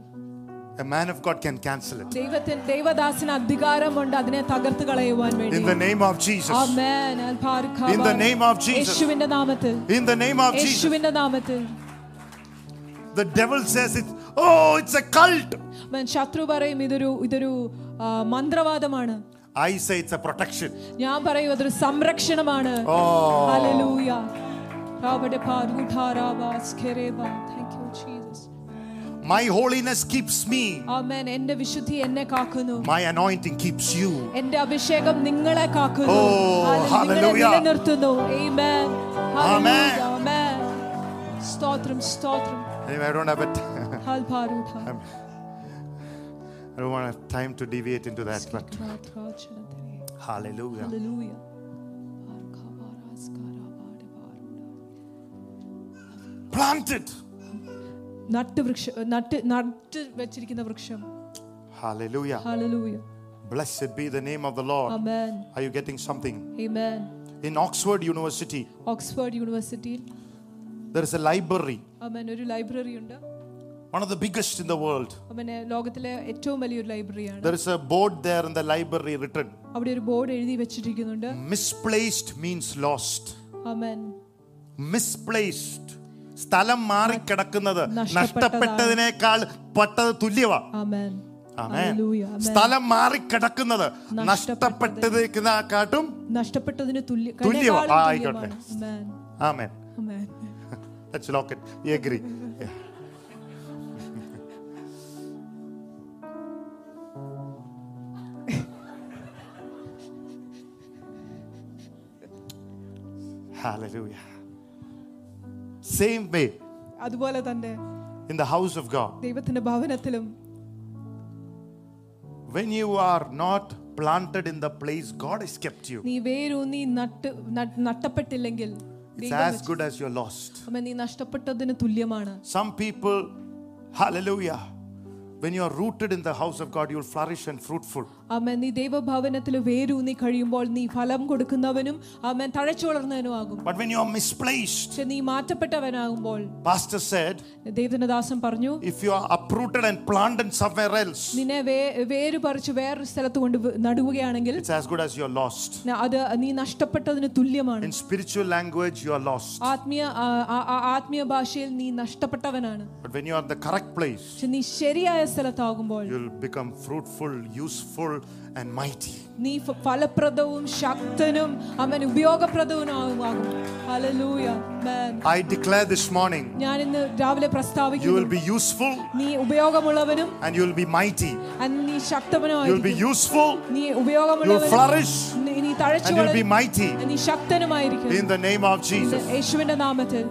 A: a man of God can cancel it.
B: ദൈവത്തിന് ദൈവദാസിന് അധികാരമുണ്ട് അതിനെ തകർത്ത് കളയുവാൻ വേണ്ടി
A: In the name of Jesus.
B: Amen. അൽഭാർഖാബ.
A: In the name of Jesus.
B: യേശുവിന്റെ നാമത്തിൽ
A: In the name of Jesus.
B: യേശുവിന്റെ നാമത്തിൽ
A: The devil says it, oh, it's a cult.
B: അവൻ ശത്രു പറയും ഇതൊരു ഇതൊരു ആ, മന്ത്രവാദമാണ്
A: I say it's a protection.
B: ഞാൻ പറയും അതൊരു സംരക്ഷണമാണ്
A: Oh.
B: ഹല്ലേലൂയ. രാവടെ പാദൂഠാരാവാസ് ഖെരേബ. Thank you, Jesus.
A: My holiness keeps me.
B: ആമേൻ. എന്റെ വിശുദ്ധി എന്നെ കാക്കുന്നു
A: My anointing keeps you.
B: എന്റെ അഭിഷേകം നിങ്ങളെ കാക്കുന്നു
A: Oh,
B: ഹാലേ- നിങ്ങളെ
A: hallelujah.
B: നിലനിർത്തുന്നു Amen.
A: Amen.
B: Hallelujah. Amen. സ്തോത്രം സ്തോത്രം
A: Anyway, I don't have a t-
B: ഹാൽ പാരൂഢ.
A: I don't want to have time to deviate into that. But
B: സ്തുതിക്കപ്പെട്ടവനായിരിക്കണമേ.
A: hallelujah.
B: Hallelujah. പാർക്കവരാസ്കരപാടിപാറുണ്ട.
A: Plant it.
B: നട്ട് വൃക്ഷ നട്ട് നട്ട് വെച്ചിരിക്കുന്ന വൃക്ഷം
A: Hallelujah.
B: ഹല്ലേലൂയ
A: Blessed be the name of the Lord.
B: ആമേൻ
A: Are you getting something?
B: ആമേൻ
A: In Oxford University,
B: Oxford യൂണിവേഴ്സിറ്റിയിൽ
A: there is a library,
B: ആമേൻ ഒരു library ഉണ്ട്
A: one of the biggest in the world.
B: ആമേൻ ലോകത്തിലെ ഏറ്റവും വലിയൊരു ലൈബ്രറിയാണ്
A: There is a board there in the library written
B: അവിടെ ഒരു ബോർഡ് എഴുതി വെച്ചിരിക്കുന്നുണ്ട്
A: Misplaced means lost.
B: ആമേൻ
A: Misplaced. സ്ഥലം മാറിക്കിടക്കുന്നത്
B: നഷ്ടപ്പെട്ടതാണ്.
A: നഷ്ടപ്പെട്ടതിനേക്കാൾ പെട്ടത് തുല്യവാ
B: ആമേൻ
A: ആമേൻ.
B: Hallelujah. Amen.
A: സ്ഥലം മാറിക്കിടക്കുന്നത് നഷ്ടപ്പെട്ടതിനെക്കാട്ടും
B: നഷ്ടപ്പെട്ടതിന് തുല്യ
A: തുല്യമാ.
B: കടയേക്കാളും
A: ആ,
B: തുല്യമാണ്.
A: ആയിക്കോട്ടെ. ആമേൻ
B: ആമേൻ ആമേൻ
A: Let's lock it. You agree. Yeah. Hallelujah. Same way
B: അതുപോലെ തന്നെ
A: in the house of God,
B: ദൈവത്തിന്റെ ഭവനത്തിലും
A: when you are not planted in the place God has kept you,
B: നീ വേരൂന്നി നട്ട് നട്ട് നട്ടപ്പെട്ടില്ലെങ്കിൽ
A: it's
B: ദൈവം
A: as
B: വെച്ച-
A: good as you're lost.
B: അമ്മ നീ നഷ്ടപ്പെട്ടതിന് തുല്യമാണ്
A: Some people, hallelujah, when you are rooted in the house of God, you'll flourish and fruitful.
B: അമ്മ നീ ദൈവഭവനത്തിൽ വേരൂന്നി കഴിയുമ്പോൾ നീ ഫലം കൊടുക്കുന്നവനും അമ്മ തഴച്ചു വളർന്നവനുമാകും
A: But when you are misplaced,
B: പക്ഷെ നീ മാറ്റപ്പെട്ടവനാകുമ്പോൾ
A: Pastor said,
B: ദൈവത്തിന്റെ ദാസൻ പറഞ്ഞു
A: if you are uprooted and planted somewhere else,
B: നിന്നെ വേ- വേര് പറിച്ച് വേറൊരു സ്ഥലത്ത് കൊണ്ട് വ- നടുകയാണെങ്കിൽ
A: it's as good as you're lost.
B: ന- അത് നീ നഷ്ടപ്പെട്ടതിന് തുല്യമാണ്
A: In spiritual language, you are lost.
B: ആത്മീയ ആ- ആ- ആ- ആത്മീയ ഭാഷയിൽ നീ നഷ്ടപ്പെട്ടവനാണ്
A: But when you are in the correct place,
B: പക്ഷെ നീ ശരിയായ സ്ഥലത്താകുമ്പോൾ
A: you'll become fruitful, useful, and mighty.
B: നീ ഫ- ഫലപ്രദവും ശക്തനും അവൻ ഉപയോഗപ്രദവുമാകും hallelujah. Amen.
A: I declare this morning,
B: ഞാൻ ഇന്ന് രാവിലെ
A: you will
B: പ്രസ്താവിക്കുന്നു
A: be useful
B: നീ ഉപയോഗമുള്ളവനും
A: and you'll be mighty.
B: and നീ
A: You'll be
B: ശക്തനുമായിരിക്കും
A: useful
B: നീ
A: You'll flourish.
B: ഉപയോഗമുള്ളവനും നീ- നീ തഴച്ചു
A: and you'll be
B: വളരും.
A: mighty.
B: നീ ശക്തനുമായിരിക്കും
A: In the name of Jesus,
B: യേശുവിന്റെ നാമത്തിൽ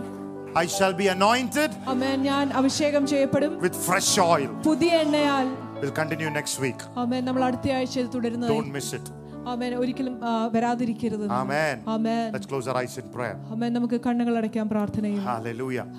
A: I shall be anointed
B: അമേൻ ഞാൻ അഭിഷേകം ചെയ്യപ്പെടും
A: with fresh oil.
B: പുതിയ എണ്ണയാൽ
A: We'll continue next week.
B: അമേൻ നമ്മൾ അടുത്ത ആഴ്ച ഇത് തുടരുന്നത്
A: Don't miss it.
B: അമേൻ ഒരിക്കലും ആ, വരാതിരിക്കരുത്
A: Amen.
B: Amen
A: Let's close our eyes in prayer.
B: അമേൻ നമുക്ക് കണ്ണുകൾ അടയ്ക്കാൻ പ്രാർത്ഥനയും
A: Hallelujah.